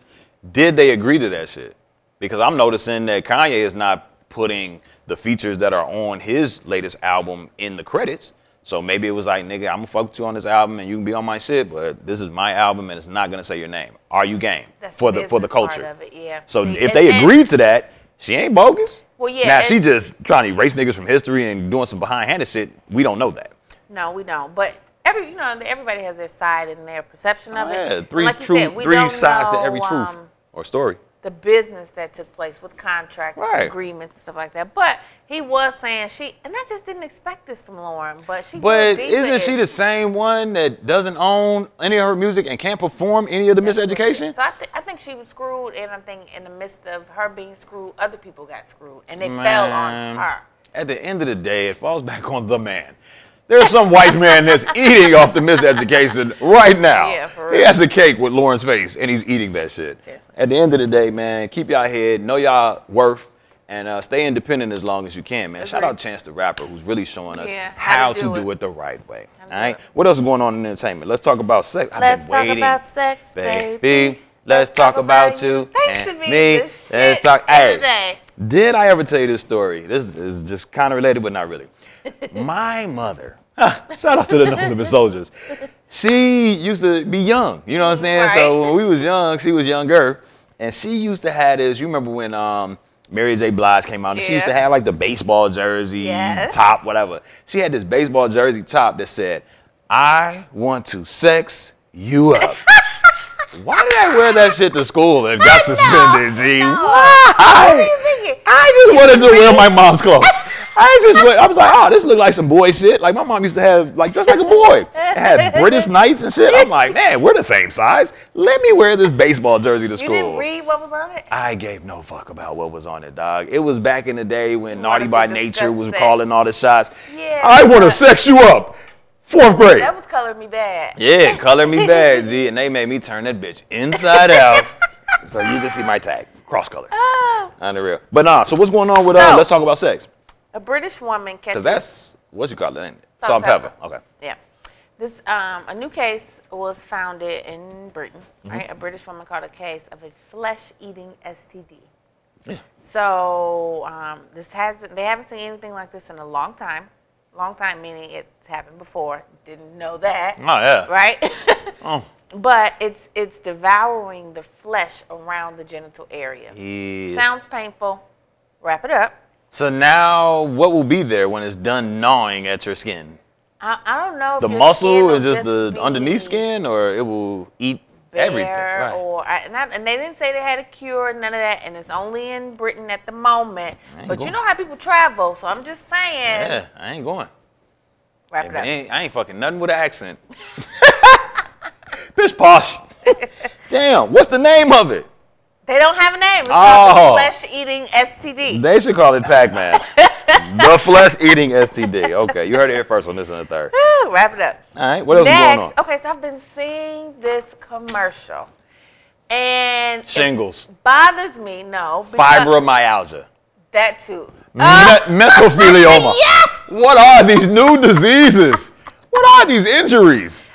A: Did they agree to that shit? Because I'm noticing that Kanye is not putting the features that are on his latest album in the credits. So maybe it was like, nigga, I'm gonna fuck with you on this album, and you can be on my shit, but this is my album, and it's not gonna say your name. Are you game
B: that's
A: for the for the
B: business part
A: culture?
B: of it, yeah.
A: So
B: See,
A: if
B: and-
A: they
B: and-
A: agreed to that, she ain't bogus.
B: Well, yeah,
A: Now
B: and-
A: she just trying to erase niggas from history and doing some behindhanded shit. We don't know that.
B: No, we don't. But every you know, everybody has their side and their perception of
A: Oh,
B: it.
A: yeah,
B: And
A: three
B: like you
A: true,
B: said, we
A: three
B: don't
A: sides to
B: know,
A: every truth
B: um,
A: or story.
B: the business that took place with contract
A: Right.
B: agreements and stuff like that. But he was saying she, and I just didn't expect this from Lauren, but she.
A: But
B: did
A: isn't she the same one that doesn't own any of her music and can't perform any of the miseducation?
B: So I, th- I think she was screwed, and I think in the midst of her being screwed, other people got screwed, and they fell on
A: Man,
B: her.
A: At the end of the day, it falls back on the man. There's some white man that's eating off the miseducation right now.
B: Yeah, for
A: He
B: real.
A: has a cake with Lauren's face and he's eating that shit.
B: Seriously.
A: At the end of the day, man, keep y'all head, know y'all worth, and uh, stay independent as long as you can, man. Shout
B: Agreed.
A: out Chance the Rapper who's really showing us
B: Yeah,
A: how, to, do, it. the right way.
B: How
A: All
B: to do
A: right?
B: it.
A: What else is going on in entertainment? Let's talk about sex. I've been
B: Let's talk
A: waiting,
B: about sex,
A: baby.
B: baby.
A: Let's talk about you
B: Thanks
A: and
B: to be
A: me.
B: the shit
A: Let's talk.
B: today.
A: Hey, did I ever tell you this story? This is just kind of related, but not really. My mother, shout out to the Northern Soldiers. She used to be young, you know what I'm saying? So
B: Right.
A: when we was young, she was younger, and she used to have this. You remember when um, Mary J. Blige came out, and she used to
B: Yeah.
A: have like the baseball jersey
B: Yes.
A: top, whatever. She had this baseball jersey top that said, "I want to sex you up." Why did I wear that shit to school and got suspended, G?
B: no.
A: Why?
B: What are you thinking?
A: I just wanted to wear my mom's clothes. I just went, I was like, oh, this look like some boy shit. Like my mom used to have like dressed like a boy. It had British knights and shit. I'm like, man, we're the same size. Let me wear this baseball jersey to
B: You
A: school.
B: didn't read what was on it.
A: I gave no fuck about what was on it, dog. It was back in the day when Naughty
B: wanted
A: by
B: to
A: Nature
B: discuss
A: was
B: sex.
A: calling all the shots.
B: Yeah,
A: I want to
B: but-
A: sex you up. Fourth grade.
B: That was color me bad.
A: Yeah, color me bad, G, and they made me turn that bitch inside out. So you can see my tag. Cross color.
B: Oh.
A: Unreal. But nah, so what's going on with uh
B: So-
A: let's talk about sex.
B: A British woman catches
A: Cause that's what you call it, ain't it? Salt
B: Salt
A: and
B: and
A: pepper. Okay.
B: Yeah. This um, a new case was founded in Britain, right? A British woman caught a case of a flesh-eating STD. So um, this hasn't. They haven't seen anything like this in a long time. Long time meaning it's happened before. Didn't know that.
A: Oh yeah.
B: Right.
A: Oh.
B: but it's it's devouring the flesh around the genital area.
A: Yes.
B: Sounds painful. Wrap it up.
A: so now what will be there when it's done gnawing at your skin?
B: I, I don't know. If
A: The
B: your skin
A: muscle
B: will
A: is just the
B: be
A: underneath skin or it will eat everything.
B: bear
A: Right.
B: or I, and, I, and they didn't say they had a cure none of that and it's only in britain at the moment
A: ain't
B: but
A: going.
B: you know how people travel so i'm just saying
A: yeah, I ain't going.
B: wrap
A: If
B: it
A: it
B: up
A: ain't- I ain't fucking nothing with an accent. Piss posh. Damn, what's the name of it?
B: they don't have a name it's
A: Oh.
B: called flesh eating std
A: They should call it Pac Man. the flesh eating STD. Okay, you heard it here first on this and the third.
B: Woo, wrap it up.
A: All right, what else is
B: Next,
A: going on?
B: okay, so I've been seeing this commercial, and it
A: Shingles,
B: bothers me. No, because-
A: fibromyalgia,
B: That too. Uh,
A: me- mesothelioma.
B: yeah.
A: What are these new diseases? What are these injuries?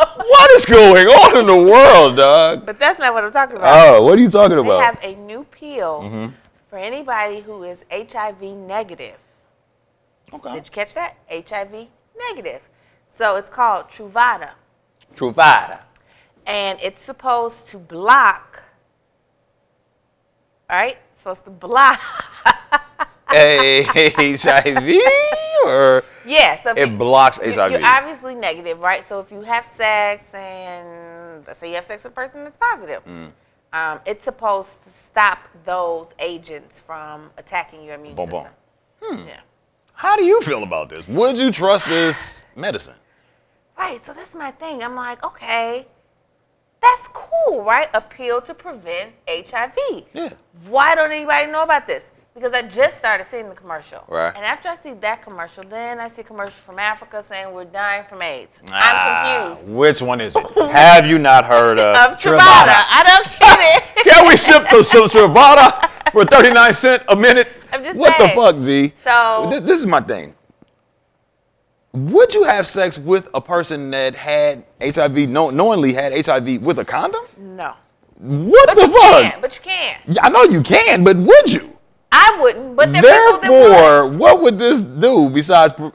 A: What is going on in the world, dog?
B: But that's not what I'm talking about.
A: Oh, what are you talking
B: they
A: about?
B: have a new pill for anybody who is HIV negative.
A: Okay.
B: Did you catch that? HIV negative. So it's called Truvada,
A: Truvada.
B: and it's supposed to block. All right, it's supposed to block.
A: HIV or
B: yeah, so if
A: it
B: you-
A: blocks
B: you-
A: HIV.
B: You're obviously negative, right? So if you have sex and let's say you have sex with a person that's positive, um, it's supposed to stop those agents from attacking your immune
A: Boom, boom.
B: system. Yeah.
A: How do you feel about this? Would you trust this medicine?
B: Right. So that's my thing. I'm like, okay, that's cool, right? Appeal to prevent HIV.
A: Yeah.
B: Why don't anybody know about this? Because I just started seeing the commercial.
A: Right.
B: And after I see that commercial, then I see commercials from Africa saying we're dying from AIDS.
A: Ah,
B: I'm confused.
A: Which one is it? Have you not heard of,
B: Of Truvada. I don't get it.
A: Can we ship the some Truvada for 39 cents a minute?
B: I'm just
A: what
B: saying.
A: the fuck, Z?
B: So-
A: Th- this is my thing. Would you have sex with a person that had HIV, know- knowingly had HIV with a condom?
B: No.
A: What
B: But
A: the
B: you
A: fuck?
B: can. But you can.
A: Yeah, I know you can, but would you?
B: I wouldn't. But there are people that would.
A: Therefore, what would this do besides pr-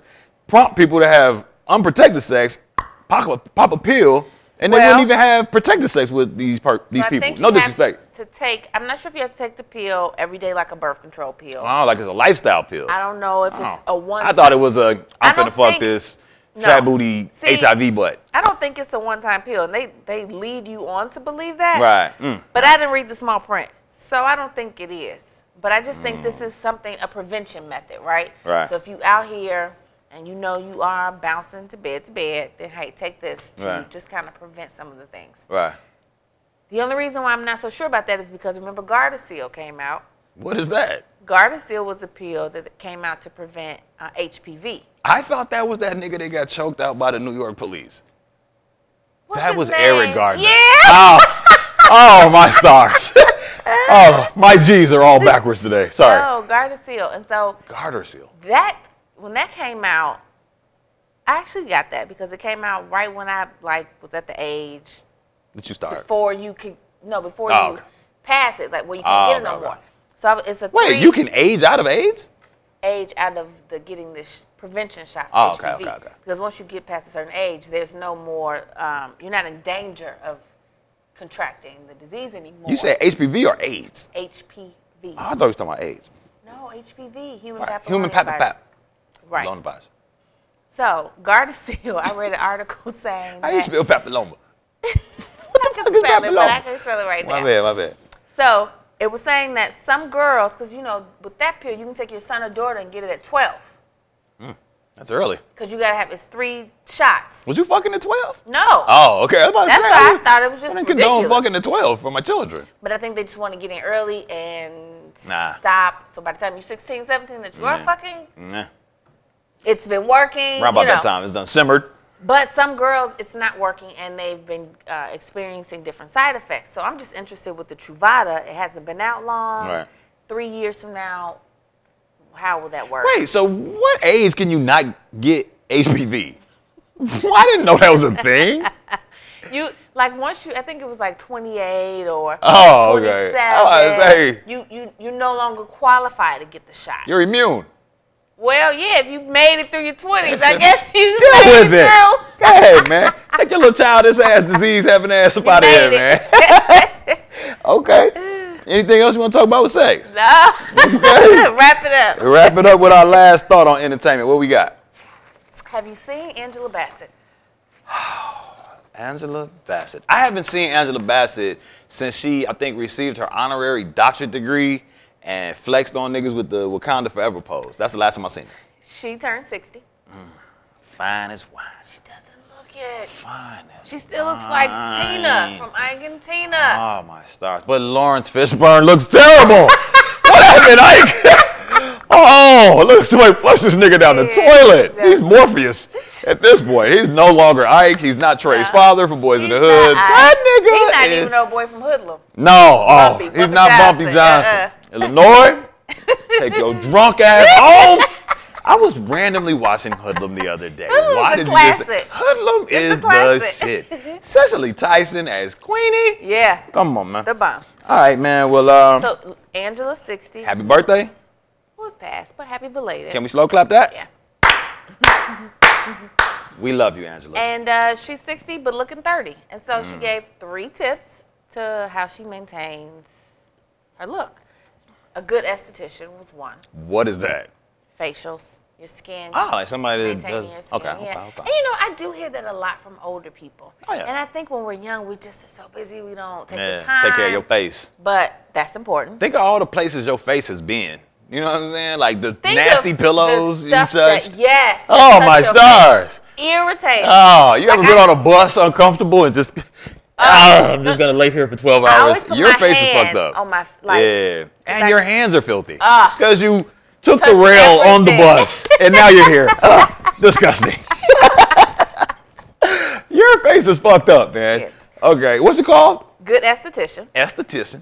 A: prompt people to have unprotected sex, pop a, pop a pill, and they
B: Well-
A: wouldn't even have protected sex with these per- these
B: So I
A: people?
B: think
A: No
B: you have
A: disrespect.
B: To take, I'm not sure if you have to take the pill every day like a birth control pill.
A: Oh, like it's a lifestyle pill.
B: I don't know if it's
A: Oh.
B: a one.
A: I thought it was a I'm
B: don't
A: finna fuck
B: think-
A: this
B: No.
A: fat booty
B: See-
A: HIV butt.
B: I don't think it's a one-time pill, and they they lead you on to believe that.
A: Right. Mm.
B: But I didn't read the small print, so I don't think it is. But I just think this is something a prevention method, right?
A: Mm. Right.
B: So if you out here and you know you are bouncing to bed to bed, then hey, take this to
A: Right.
B: just kind of prevent some of the things.
A: Right.
B: The only reason why I'm not so sure about that is because remember Gardasil came out.
A: What is that?
B: Gardasil was a pill that came out to prevent uh, HPV.
A: I thought that was that nigga that got choked out by the New York police.
B: What's
A: that
B: his
A: was
B: name?
A: Eric Gardner.
B: Yeah.
A: Oh, oh my stars. oh, my G's are all backwards today. Sorry.
B: No, Oh, Gardasil. And so
A: Garter seal.
B: that when that came out, I actually got that because it came out right when I like was at the age
A: Did you start?
B: before you could no before
A: Oh,
B: you
A: okay.
B: pass it like where you can't
A: Oh,
B: get it no
A: okay, okay.
B: more. So I- it's a
A: Wait,
B: three
A: you can age out of AIDS?
B: age out of the getting this prevention shot. for
A: Oh, okay,
B: HPV.
A: okay, okay.
B: Because once you get past a certain age, there's no more. Um, you're not in danger of contracting the disease anymore.
A: You said HPV or AIDS? Oh,
B: HPV.
A: I thought you were talking about AIDS.
B: No, HPV, human
A: Right.
B: papillomavirus.
A: Human papilloma.
B: Right.
A: Right.
B: So, Gardasil, I read an article saying
A: How you
B: that.
A: spell papilloma?
B: I
A: fuck
B: can
A: is
B: spell it, but I
A: papilloma?
B: can spell it right
A: My
B: now.
A: bad, my bad.
B: So, it was saying that some girls, because, you know, with that pill, you can take your son or daughter and get it at 12.
A: That's early.
B: Because you got to have, it's three shots.
A: Was you fucking at 12?
B: No.
A: Oh, okay. I was about to
B: That's
A: say,
B: why I
A: didn't-
B: thought it was just
A: I didn't condone
B: ridiculous.
A: fucking at 12 for my children.
B: But I think they just want to get in early and
A: Nah.
B: stop. So, by the time you're 16, 17, that you are
A: Nah.
B: fucking,
A: Nah.
B: it's been working.
A: Around
B: you
A: about
B: know.
A: that time, it's done simmered.
B: But some girls, it's not working, and they've been uh, experiencing different side effects. So I'm just interested with the Truvada. It hasn't been out long.
A: Right.
B: Three years from now, how will that work?
A: Wait, so what age can you not get HPV? Well, I didn't know that was a thing.
B: You like once you, I think it was like 28 or
A: Oh,
B: 27.
A: okay. I was about to say.
B: You you you no longer qualify to get the shot.
A: You're immune.
B: well, yeah, if you made it through your 20s, I
A: Listen,
B: guess you
A: Deal
B: made
A: with
B: it,
A: it.
B: through.
A: Go ahead, man. Take your little child this ass disease having ass up out of here,
B: made
A: man. okay. Anything else you want to talk about with sex?
B: No. Wrap it up.
A: Wrap it up with our last thought on entertainment. What we got?
B: Have you seen Angela Bassett?
A: Angela Bassett. I haven't seen Angela Bassett since she, I think, received her honorary doctorate degree and flexed on niggas with the Wakanda Forever pose. That's the last time I seen her.
B: She turned 60.
A: Fine as wine.
B: Doesn't look it.
A: Fine as
B: She still looks like
A: Fine.
B: Tina from Ike and Tina.
A: Oh my stars! But Lawrence Fishburne looks terrible. what happened, Ike? Oh, look, somebody flushed this nigga down the
B: Yeah,
A: toilet.
B: exactly.
A: He's Morpheus at this point. He's no longer Ike. He's not Trey's
B: Uh,
A: father from Boys in the
B: He's
A: Hood.
B: not-
A: that nigga
B: He's not
A: is
B: even no boy from Hoodlum.
A: no, oh,
B: Bumpy,
A: he's
B: Bumpy
A: not Bumpy Johnson.
B: Johnson, Uh,
A: Illinois, take your drunk ass home. I was randomly watching Hoodlum the other day.
B: Hoodlum's
A: Why
B: a
A: did you just
B: classic.
A: Hoodlum
B: a
A: is the
B: classic.
A: shit. Cecily Tyson as Queenie.
B: Yeah,
A: Come on, man.
B: the bomb.
A: All right, man. Well, um,
B: So Angela 60
A: happy birthday.
B: was passed, but happy belated.
A: Can we slow clap that?
B: yeah.
A: We love you, Angela.
B: And uh, she's 60, but looking 30. And so
A: Mm.
B: she gave three tips to how she maintains her look. A good esthetician was one.
A: what is that?
B: Facials, your skin.
A: Oh, like somebody that does.
B: Maintaining your skin,
A: Okay, okay,
B: yeah. And
A: okay.
B: you know, I do hear that a lot from older people.
A: Oh, yeah.
B: And I think when we're young, we just are so busy, we don't take the
A: Yeah,
B: time.
A: take care of your face.
B: But that's important.
A: Think of all the places your face has been. You know what I'm saying? Like the
B: Think of
A: nasty
B: the
A: pillows you
B: stuff
A: touched.
B: that- yes. that
A: Oh
B: touch
A: my
B: your
A: stars!
B: face. Irritating.
A: Oh, you ever
B: Like,
A: been
B: I- Uh,
A: on a bus uncomfortable and just? Ah, I'm just gonna lay here for 12
B: I
A: hours.
B: always put
A: Your
B: my
A: face is
B: hand
A: fucked up.
B: On my like,
A: yeah, and
B: I-
A: your hands are filthy
B: Ah.
A: because you took the
B: Touched
A: rail on the
B: everything.
A: bus and now you're here. Ah, disgusting. your face is fucked up, man.
B: Shit.
A: Okay, what's it called?
B: Good esthetician.
A: Esthetician.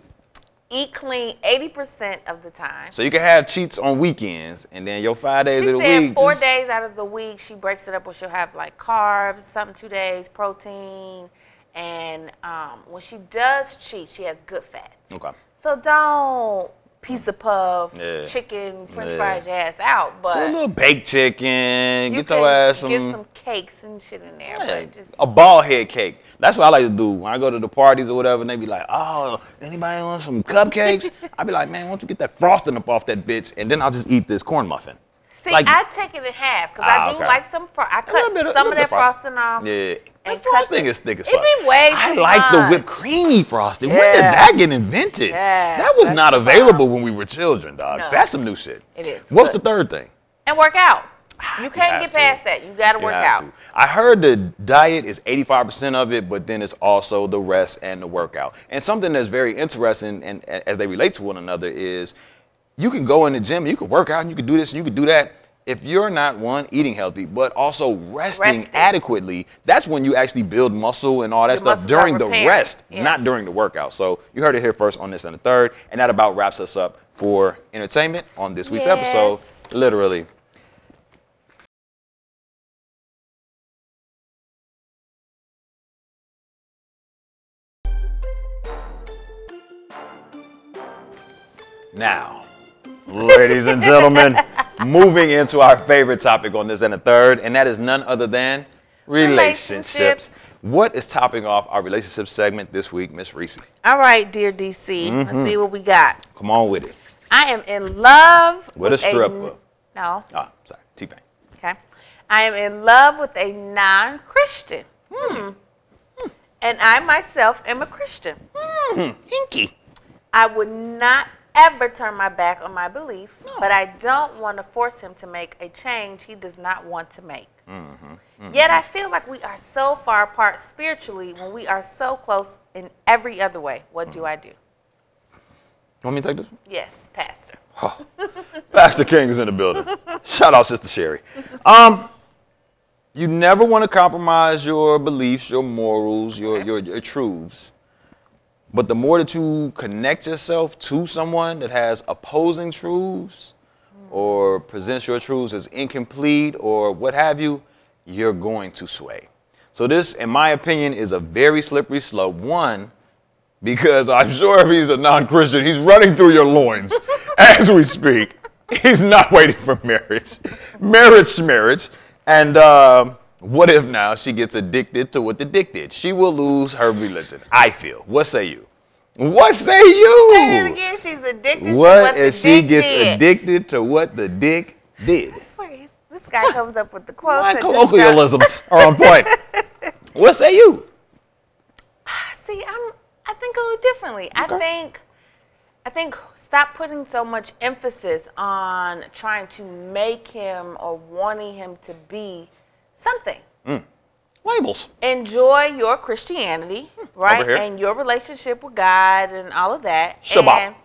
B: Eat clean 80% of the time.
A: So you can have cheats on weekends, and then your five days
B: She
A: of the
B: said
A: week.
B: four
A: just-
B: days out of the week, she breaks it up where she'll have like carbs, something two days, protein, and um, when she does cheat, she has good fats.
A: Okay.
B: So don't pizza puffs,
A: Yeah.
B: chicken, French
A: Yeah.
B: fries your ass out, but
A: A little baked chicken.
B: you
A: get
B: can
A: your ass some.
B: get some cakes and shit in there.
A: Yeah, Oh,
B: But just
A: a ball head cake. That's what I like to do when I go to the parties or whatever. And they be like, "Oh, anybody want some cupcakes?" I be like, "Man, why don't you get that frosting up off that bitch?" And then I'll just eat this corn muffin.
B: see,
A: like-
B: I take it in half because
A: Ah,
B: I do
A: okay.
B: like some. Fro- I
A: A little
B: cut
A: bit of-
B: some
A: little
B: of
A: bit
B: that frosting off.
A: Yeah. That
B: And cut
A: frosting
B: it.
A: is thick as
B: It
A: fuck.
B: be way
A: I
B: too
A: like the
B: much.
A: whipped creamy frosting. When did
B: Yeah.
A: that get invented?
B: Yes,
A: that was
B: that's
A: not
B: the
A: available when we were children, dog.
B: No.
A: That's some new shit.
B: It is,
A: What's
B: but-
A: the third thing?
B: And work out. You can't
A: Ah, have
B: get
A: to.
B: past that. You got to
A: You
B: work
A: have
B: out.
A: to. I heard the diet is 85% of it, but then it's also the rest and the workout. And something that's very interesting and, and as they relate to one another is you can go in the gym, you can work out, and you can do this, and you can do that. If you're not one eating healthy, but also resting,
B: Resting.
A: adequately, that's when you actually build muscle and all that
B: Your
A: stuff
B: muscles are
A: during the
B: repaired.
A: rest,
B: Yeah.
A: not during the workout. So you heard it here first on this and the third, and that about wraps us up for entertainment on this week's
B: Yes.
A: episode. Literally. Now, ladies and gentlemen, moving into our favorite topic on this and the third, and that is none other than relationships.
B: Relationships.
A: What is topping off our relationship segment this week, Miss Reese?
B: All right, dear DC,
A: Mm-hmm.
B: let's see what we got.
A: Come on with it.
B: I am in love
A: With a stripper.
B: n- no,
A: Ah, sorry, T Pain.
B: okay. I am in love with a non-Christian. Hmm. And I myself am a Christian.
A: Hinky.
B: I would not ever turn my back on my beliefs, but I don't want to force him to make a change he does not want to make.
A: Mm-hmm,
B: Yet I feel like we are so far apart spiritually when we are so close in every other way. What
A: Mm-hmm.
B: do I do?
A: Want me to take this? one?
B: Yes, Pastor.
A: Pastor King is in the building. Shout out, Sister Sherry. Um, you never want to compromise your beliefs, your morals, your, your your truths. But the more that you connect yourself to someone that has opposing truths, or presents your truths as incomplete, or what have you, you're going to sway. So this, in my opinion, is a very slippery slope. One, because I'm sure if he's a non-Christian, he's running through your loins as we speak. He's not waiting for marriage. Marriage, marriage. And um, what if now she gets addicted to what the dick did? She will lose her religion. I feel. What say you? What say you?
B: Say it again. She's addicted. to
A: What
B: what
A: if
B: the
A: she
B: dick
A: gets
B: did?
A: addicted to what the dick did?
B: I swear, he's- This guy comes up with the quotes.
A: My
B: and just
A: colloquialisms are on point. What say you?
B: drop- See, I'm. I think a little differently. I think. I think stop putting so much emphasis on trying to make him or wanting him to be something.
A: Labels.
B: Enjoy your Christianity, right,
A: Hmm. here.
B: and your relationship with God and all of that.
A: Shabbat.
B: And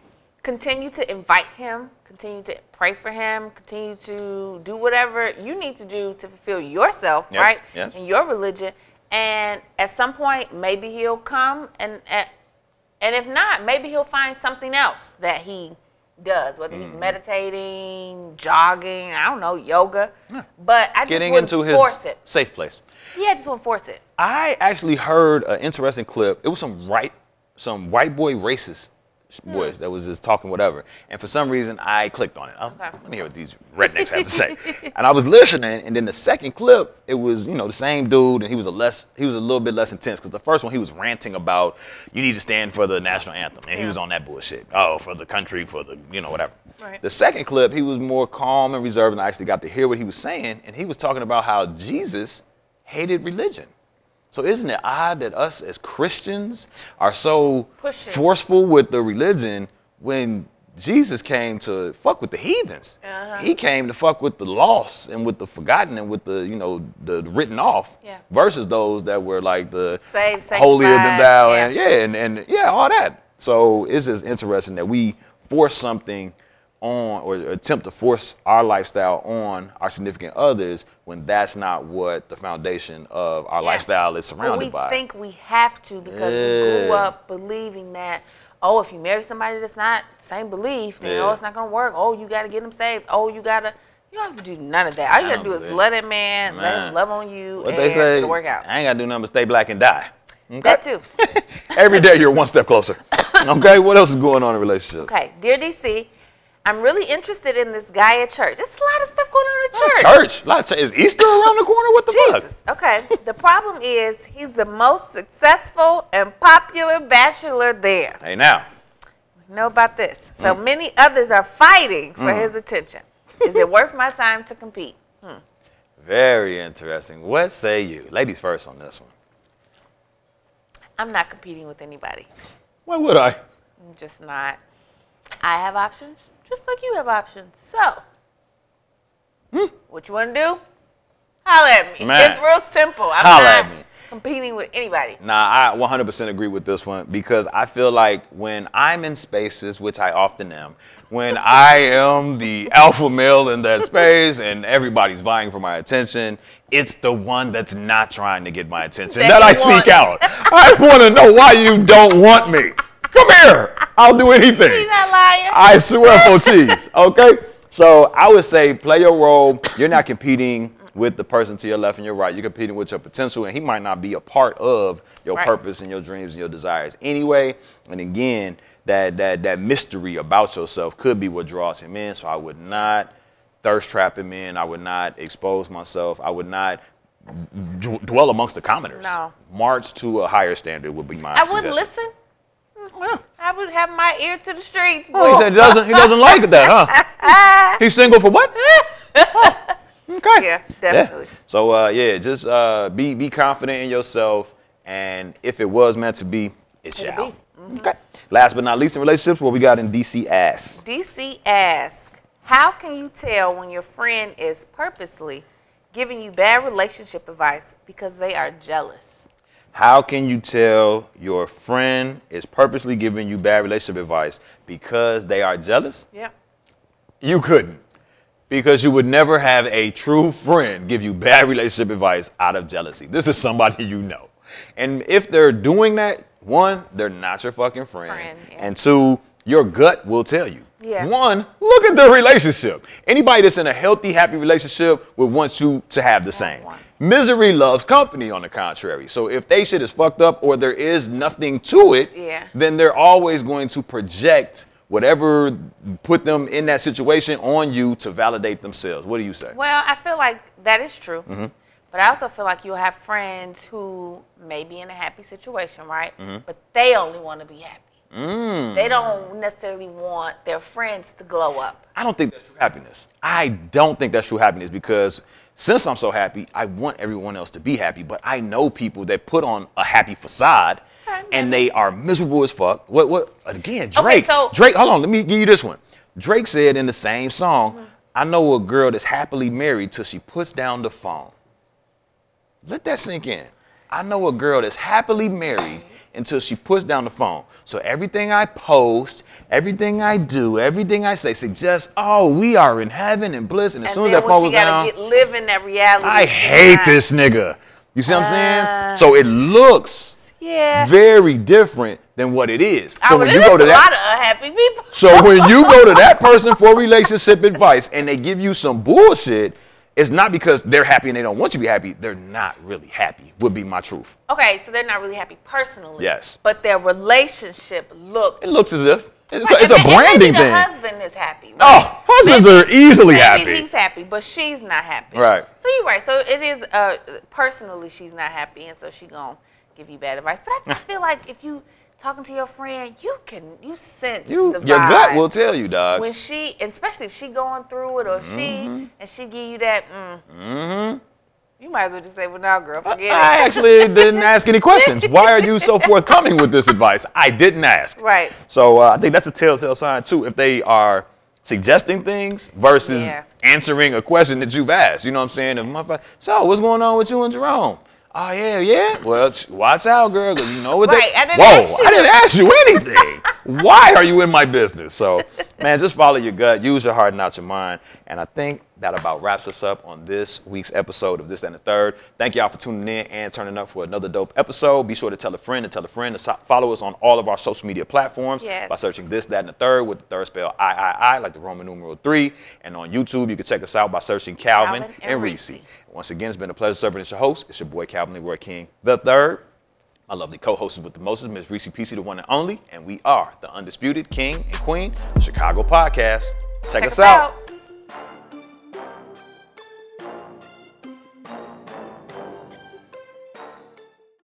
B: continue to invite him, continue to pray for him, continue to do whatever you need to do to fulfill yourself,
A: Yes,
B: right?
A: yes.
B: And your religion. And at some point, maybe he'll come and and- and if not, maybe he'll find something else that he does, whether
A: Mm-hmm.
B: he's meditating, jogging, I don't know, yoga. But I
A: Getting
B: just
A: into
B: wouldn't
A: his
B: force it.
A: safe place.
B: Yeah, I just wouldn't force it.
A: I actually heard an interesting clip. It was some right, some white boy racist sh-
B: Hmm.
A: boys that was just talking whatever. And for some reason, I clicked on it. I'm,
B: Okay.
A: Let me hear what these rednecks have to say. And I was listening, and then the second clip, it was you know the same dude, and he was a less, he was a little bit less intense because the first one he was ranting about you need to stand for the national anthem, and he
B: Yeah.
A: was on that bullshit. Oh, for the country, for the you know whatever.
B: Right.
A: The second clip, he was more calm and reserved, and I actually got to hear what he was saying, and he was talking about how Jesus hated religion. So isn't it odd that us as Christians are so
B: Push it.
A: forceful with the religion when Jesus came to fuck with the heathens?
B: Uh-huh.
A: He came to fuck with the lost and with the forgotten and with the you know the written off
B: Yeah.
A: versus those that were like the
B: Saved, sanctified,
A: holier than thou and
B: yeah.
A: yeah and, and yeah all that. So it's just interesting that we force something on or attempt to force our lifestyle on our significant others when that's not what the foundation of our
B: Yeah.
A: lifestyle is
B: But
A: surrounded
B: we
A: by.
B: think we have to because we grew
A: Yeah.
B: up believing that, oh, if you marry somebody that's not same belief, then
A: Yeah.
B: oh, it's not gonna work. Oh, you gotta get them saved. Oh, you gotta. You don't have to do none of that. All you
A: I
B: gotta do
A: don't
B: is
A: believe-
B: let that man, let
A: Man.
B: him love on you,
A: what
B: and
A: they say,
B: it'll work out.
A: I ain't gotta do nothing but stay black and die. Okay?
B: That too.
A: Every day you're one step closer. okay, what else is going on in relationships?
B: Okay, dear DC, I'm really interested in this guy at church. There's a lot of stuff going on at church.
A: Oh, Church. A lot of church. Is Easter around the corner? What the fuck?
B: Jesus. Okay. the problem is he's the most successful and popular bachelor there.
A: Hey now.
B: Know about this. So
A: Mm.
B: many others are fighting for his attention. Is it worth my time to compete?
A: Very interesting. What say you? Ladies first on this one.
B: I'm not competing with anybody.
A: Why would I?
B: I'm just not. I have options, just like you have options. So, what you want to do? Holler at me.
A: Hmm. Man.
B: It's real simple. I'm
A: Holler
B: not
A: at me.
B: competing with anybody.
A: Nah, I 100% agree with this one because I feel like when I'm in spaces, which I often am, when I am the alpha male in that space and everybody's vying for my attention, it's the one that's not trying to get my attention that,
B: That
A: I
B: you want.
A: seek out. I want to know why you don't want me. Come here. I'll do anything.
B: You're not lying.
A: I swear for cheese. Okay. So I would say play your role. You're not competing with the person to your left and your right. You're competing with your potential, and he might not be a part of your
B: Right.
A: purpose and your dreams and your desires anyway. And again, that that that mystery about yourself could be what draws him in. So I would not thirst trap him in. I would not expose myself. I would not d- dwell amongst the commoners.
B: No.
A: March to a higher standard would be my.
B: I
A: suggestion.
B: wouldn't listen. I would have my ear to the streets.
A: Oh, he
B: boy.
A: said he doesn't. He doesn't like that, huh? He's single for what? Oh, okay.
B: Yeah, definitely.
A: So uh, yeah, just uh, be be confident in yourself, and if it was meant to be, it shall.
B: be. Mm-hmm.
A: Okay. Last but not least, in relationships, what we got in DC ass.
B: DC asks, how can you tell when your friend is purposely giving you bad relationship advice because they are jealous?
A: How can you tell your friend is purposely giving you bad relationship advice because they are jealous?
B: Yep.
A: You couldn't. Because you would never have a true friend give you bad relationship advice out of jealousy. This is somebody you know. And if they're doing that, one, they're not your fucking friend.
B: Friend, yeah.
A: And two, your gut will tell you.
B: Yeah.
A: One, look at their relationship. Anybody that's in a healthy, happy relationship would want you to have the same.
B: one.
A: Misery loves company, on the contrary. So if they shit is fucked up or there is nothing to it,
B: Yeah.
A: then they're always going to project whatever put them in that situation on you to validate themselves. What do you say?
B: Well, I feel like that is true.
A: Mm-hmm.
B: But I also feel like you'll have friends who may be in a happy situation, right?
A: Mm-hmm.
B: But they only want to be happy.
A: Mm.
B: They don't necessarily want their friends to glow up.
A: I don't think that's true happiness. I don't think that's true happiness because since I'm so happy, I want everyone else to be happy. But I know people that put on a happy facade
B: Okay,
A: and they are miserable as fuck. What? What? Again, Drake.
B: so-
A: Drake. Hold on. Let me give you this one. Drake said in the same song, "I know a girl that's happily married till she puts down the phone." Let that sink in. I know a girl that's happily married until she puts down the phone. So everything I post, everything I do, everything I say suggests, oh, we are in heaven and bliss. And as soon as
B: then
A: that phone
B: when
A: goes
B: she gotta
A: down,
B: get live in that reality.
A: I
B: she's
A: hate
B: not-
A: this nigga. You see what I'm
B: Ah.
A: saying? So it looks
B: Yeah.
A: very different than what it is. So
B: I would,
A: when you go to
B: a
A: that,
B: lot of unhappy people.
A: so when you go to that person for relationship advice and they give you some bullshit, it's not because they're happy and they don't want you to be happy. They're not really happy. Would be my truth.
B: Okay, so they're not really happy personally.
A: Yes.
B: But their relationship looks.
A: It looks as if it's,
B: Right,
A: a, it's
B: and
A: a
B: may- and
A: branding
B: maybe
A: thing.
B: The husband is happy. right?
A: oh, husbands
B: Maybe-
A: are easily
B: maybe
A: happy.
B: He's happy, but she's not happy.
A: Right.
B: So you're right. So it is uh, personally, she's not happy, and so she gonna give you bad advice. But I, I feel like if you talking to your friend, you can you sense
A: You,
B: the
A: your gut
B: vibe.
A: will tell you, dog.
B: when she, and especially if she going through it or she, and she give you that, mm,
A: mm-hmm.
B: you might as well just say, "Well, no, girl, forget
A: I
B: it."
A: actually didn't ask any questions. Why are you so forthcoming with this advice? I didn't ask.
B: Right.
A: So uh, I think that's a telltale sign too. If they are suggesting things versus
B: Yeah.
A: answering a question that you've asked, you know what I'm saying? If motherfucker, so what's going on with you and Jerome? Oh yeah, yeah. Well, ch- watch out, girl, 'cause you know what?
B: Right,
A: They,
B: I didn't
A: Whoa,
B: ask you.
A: I didn't ask you anything. Why are you in my business? So, man, just follow your gut, use your heart, not your mind. And I think that about wraps us up on this week's episode of This and the Third. Thank y'all for tuning in and turning up for another dope episode. Be sure to tell a friend and tell a friend to so- follow us on all of our social media platforms
B: Yes.
A: by searching this, that, and the third with the third spell I, I, I, like the Roman numeral three. And on YouTube, you can check us out by searching Calvin,
B: Calvin
A: and,
B: and
A: Reese.
B: Reese.
A: Once again, it's been a pleasure serving as your host. It's your boy Calvin Leroy King the third. My lovely co-host with the most, Miss Reese PC, the one and only, and we are the undisputed king and queen of Chicago podcast. Check,
B: Check
A: us out.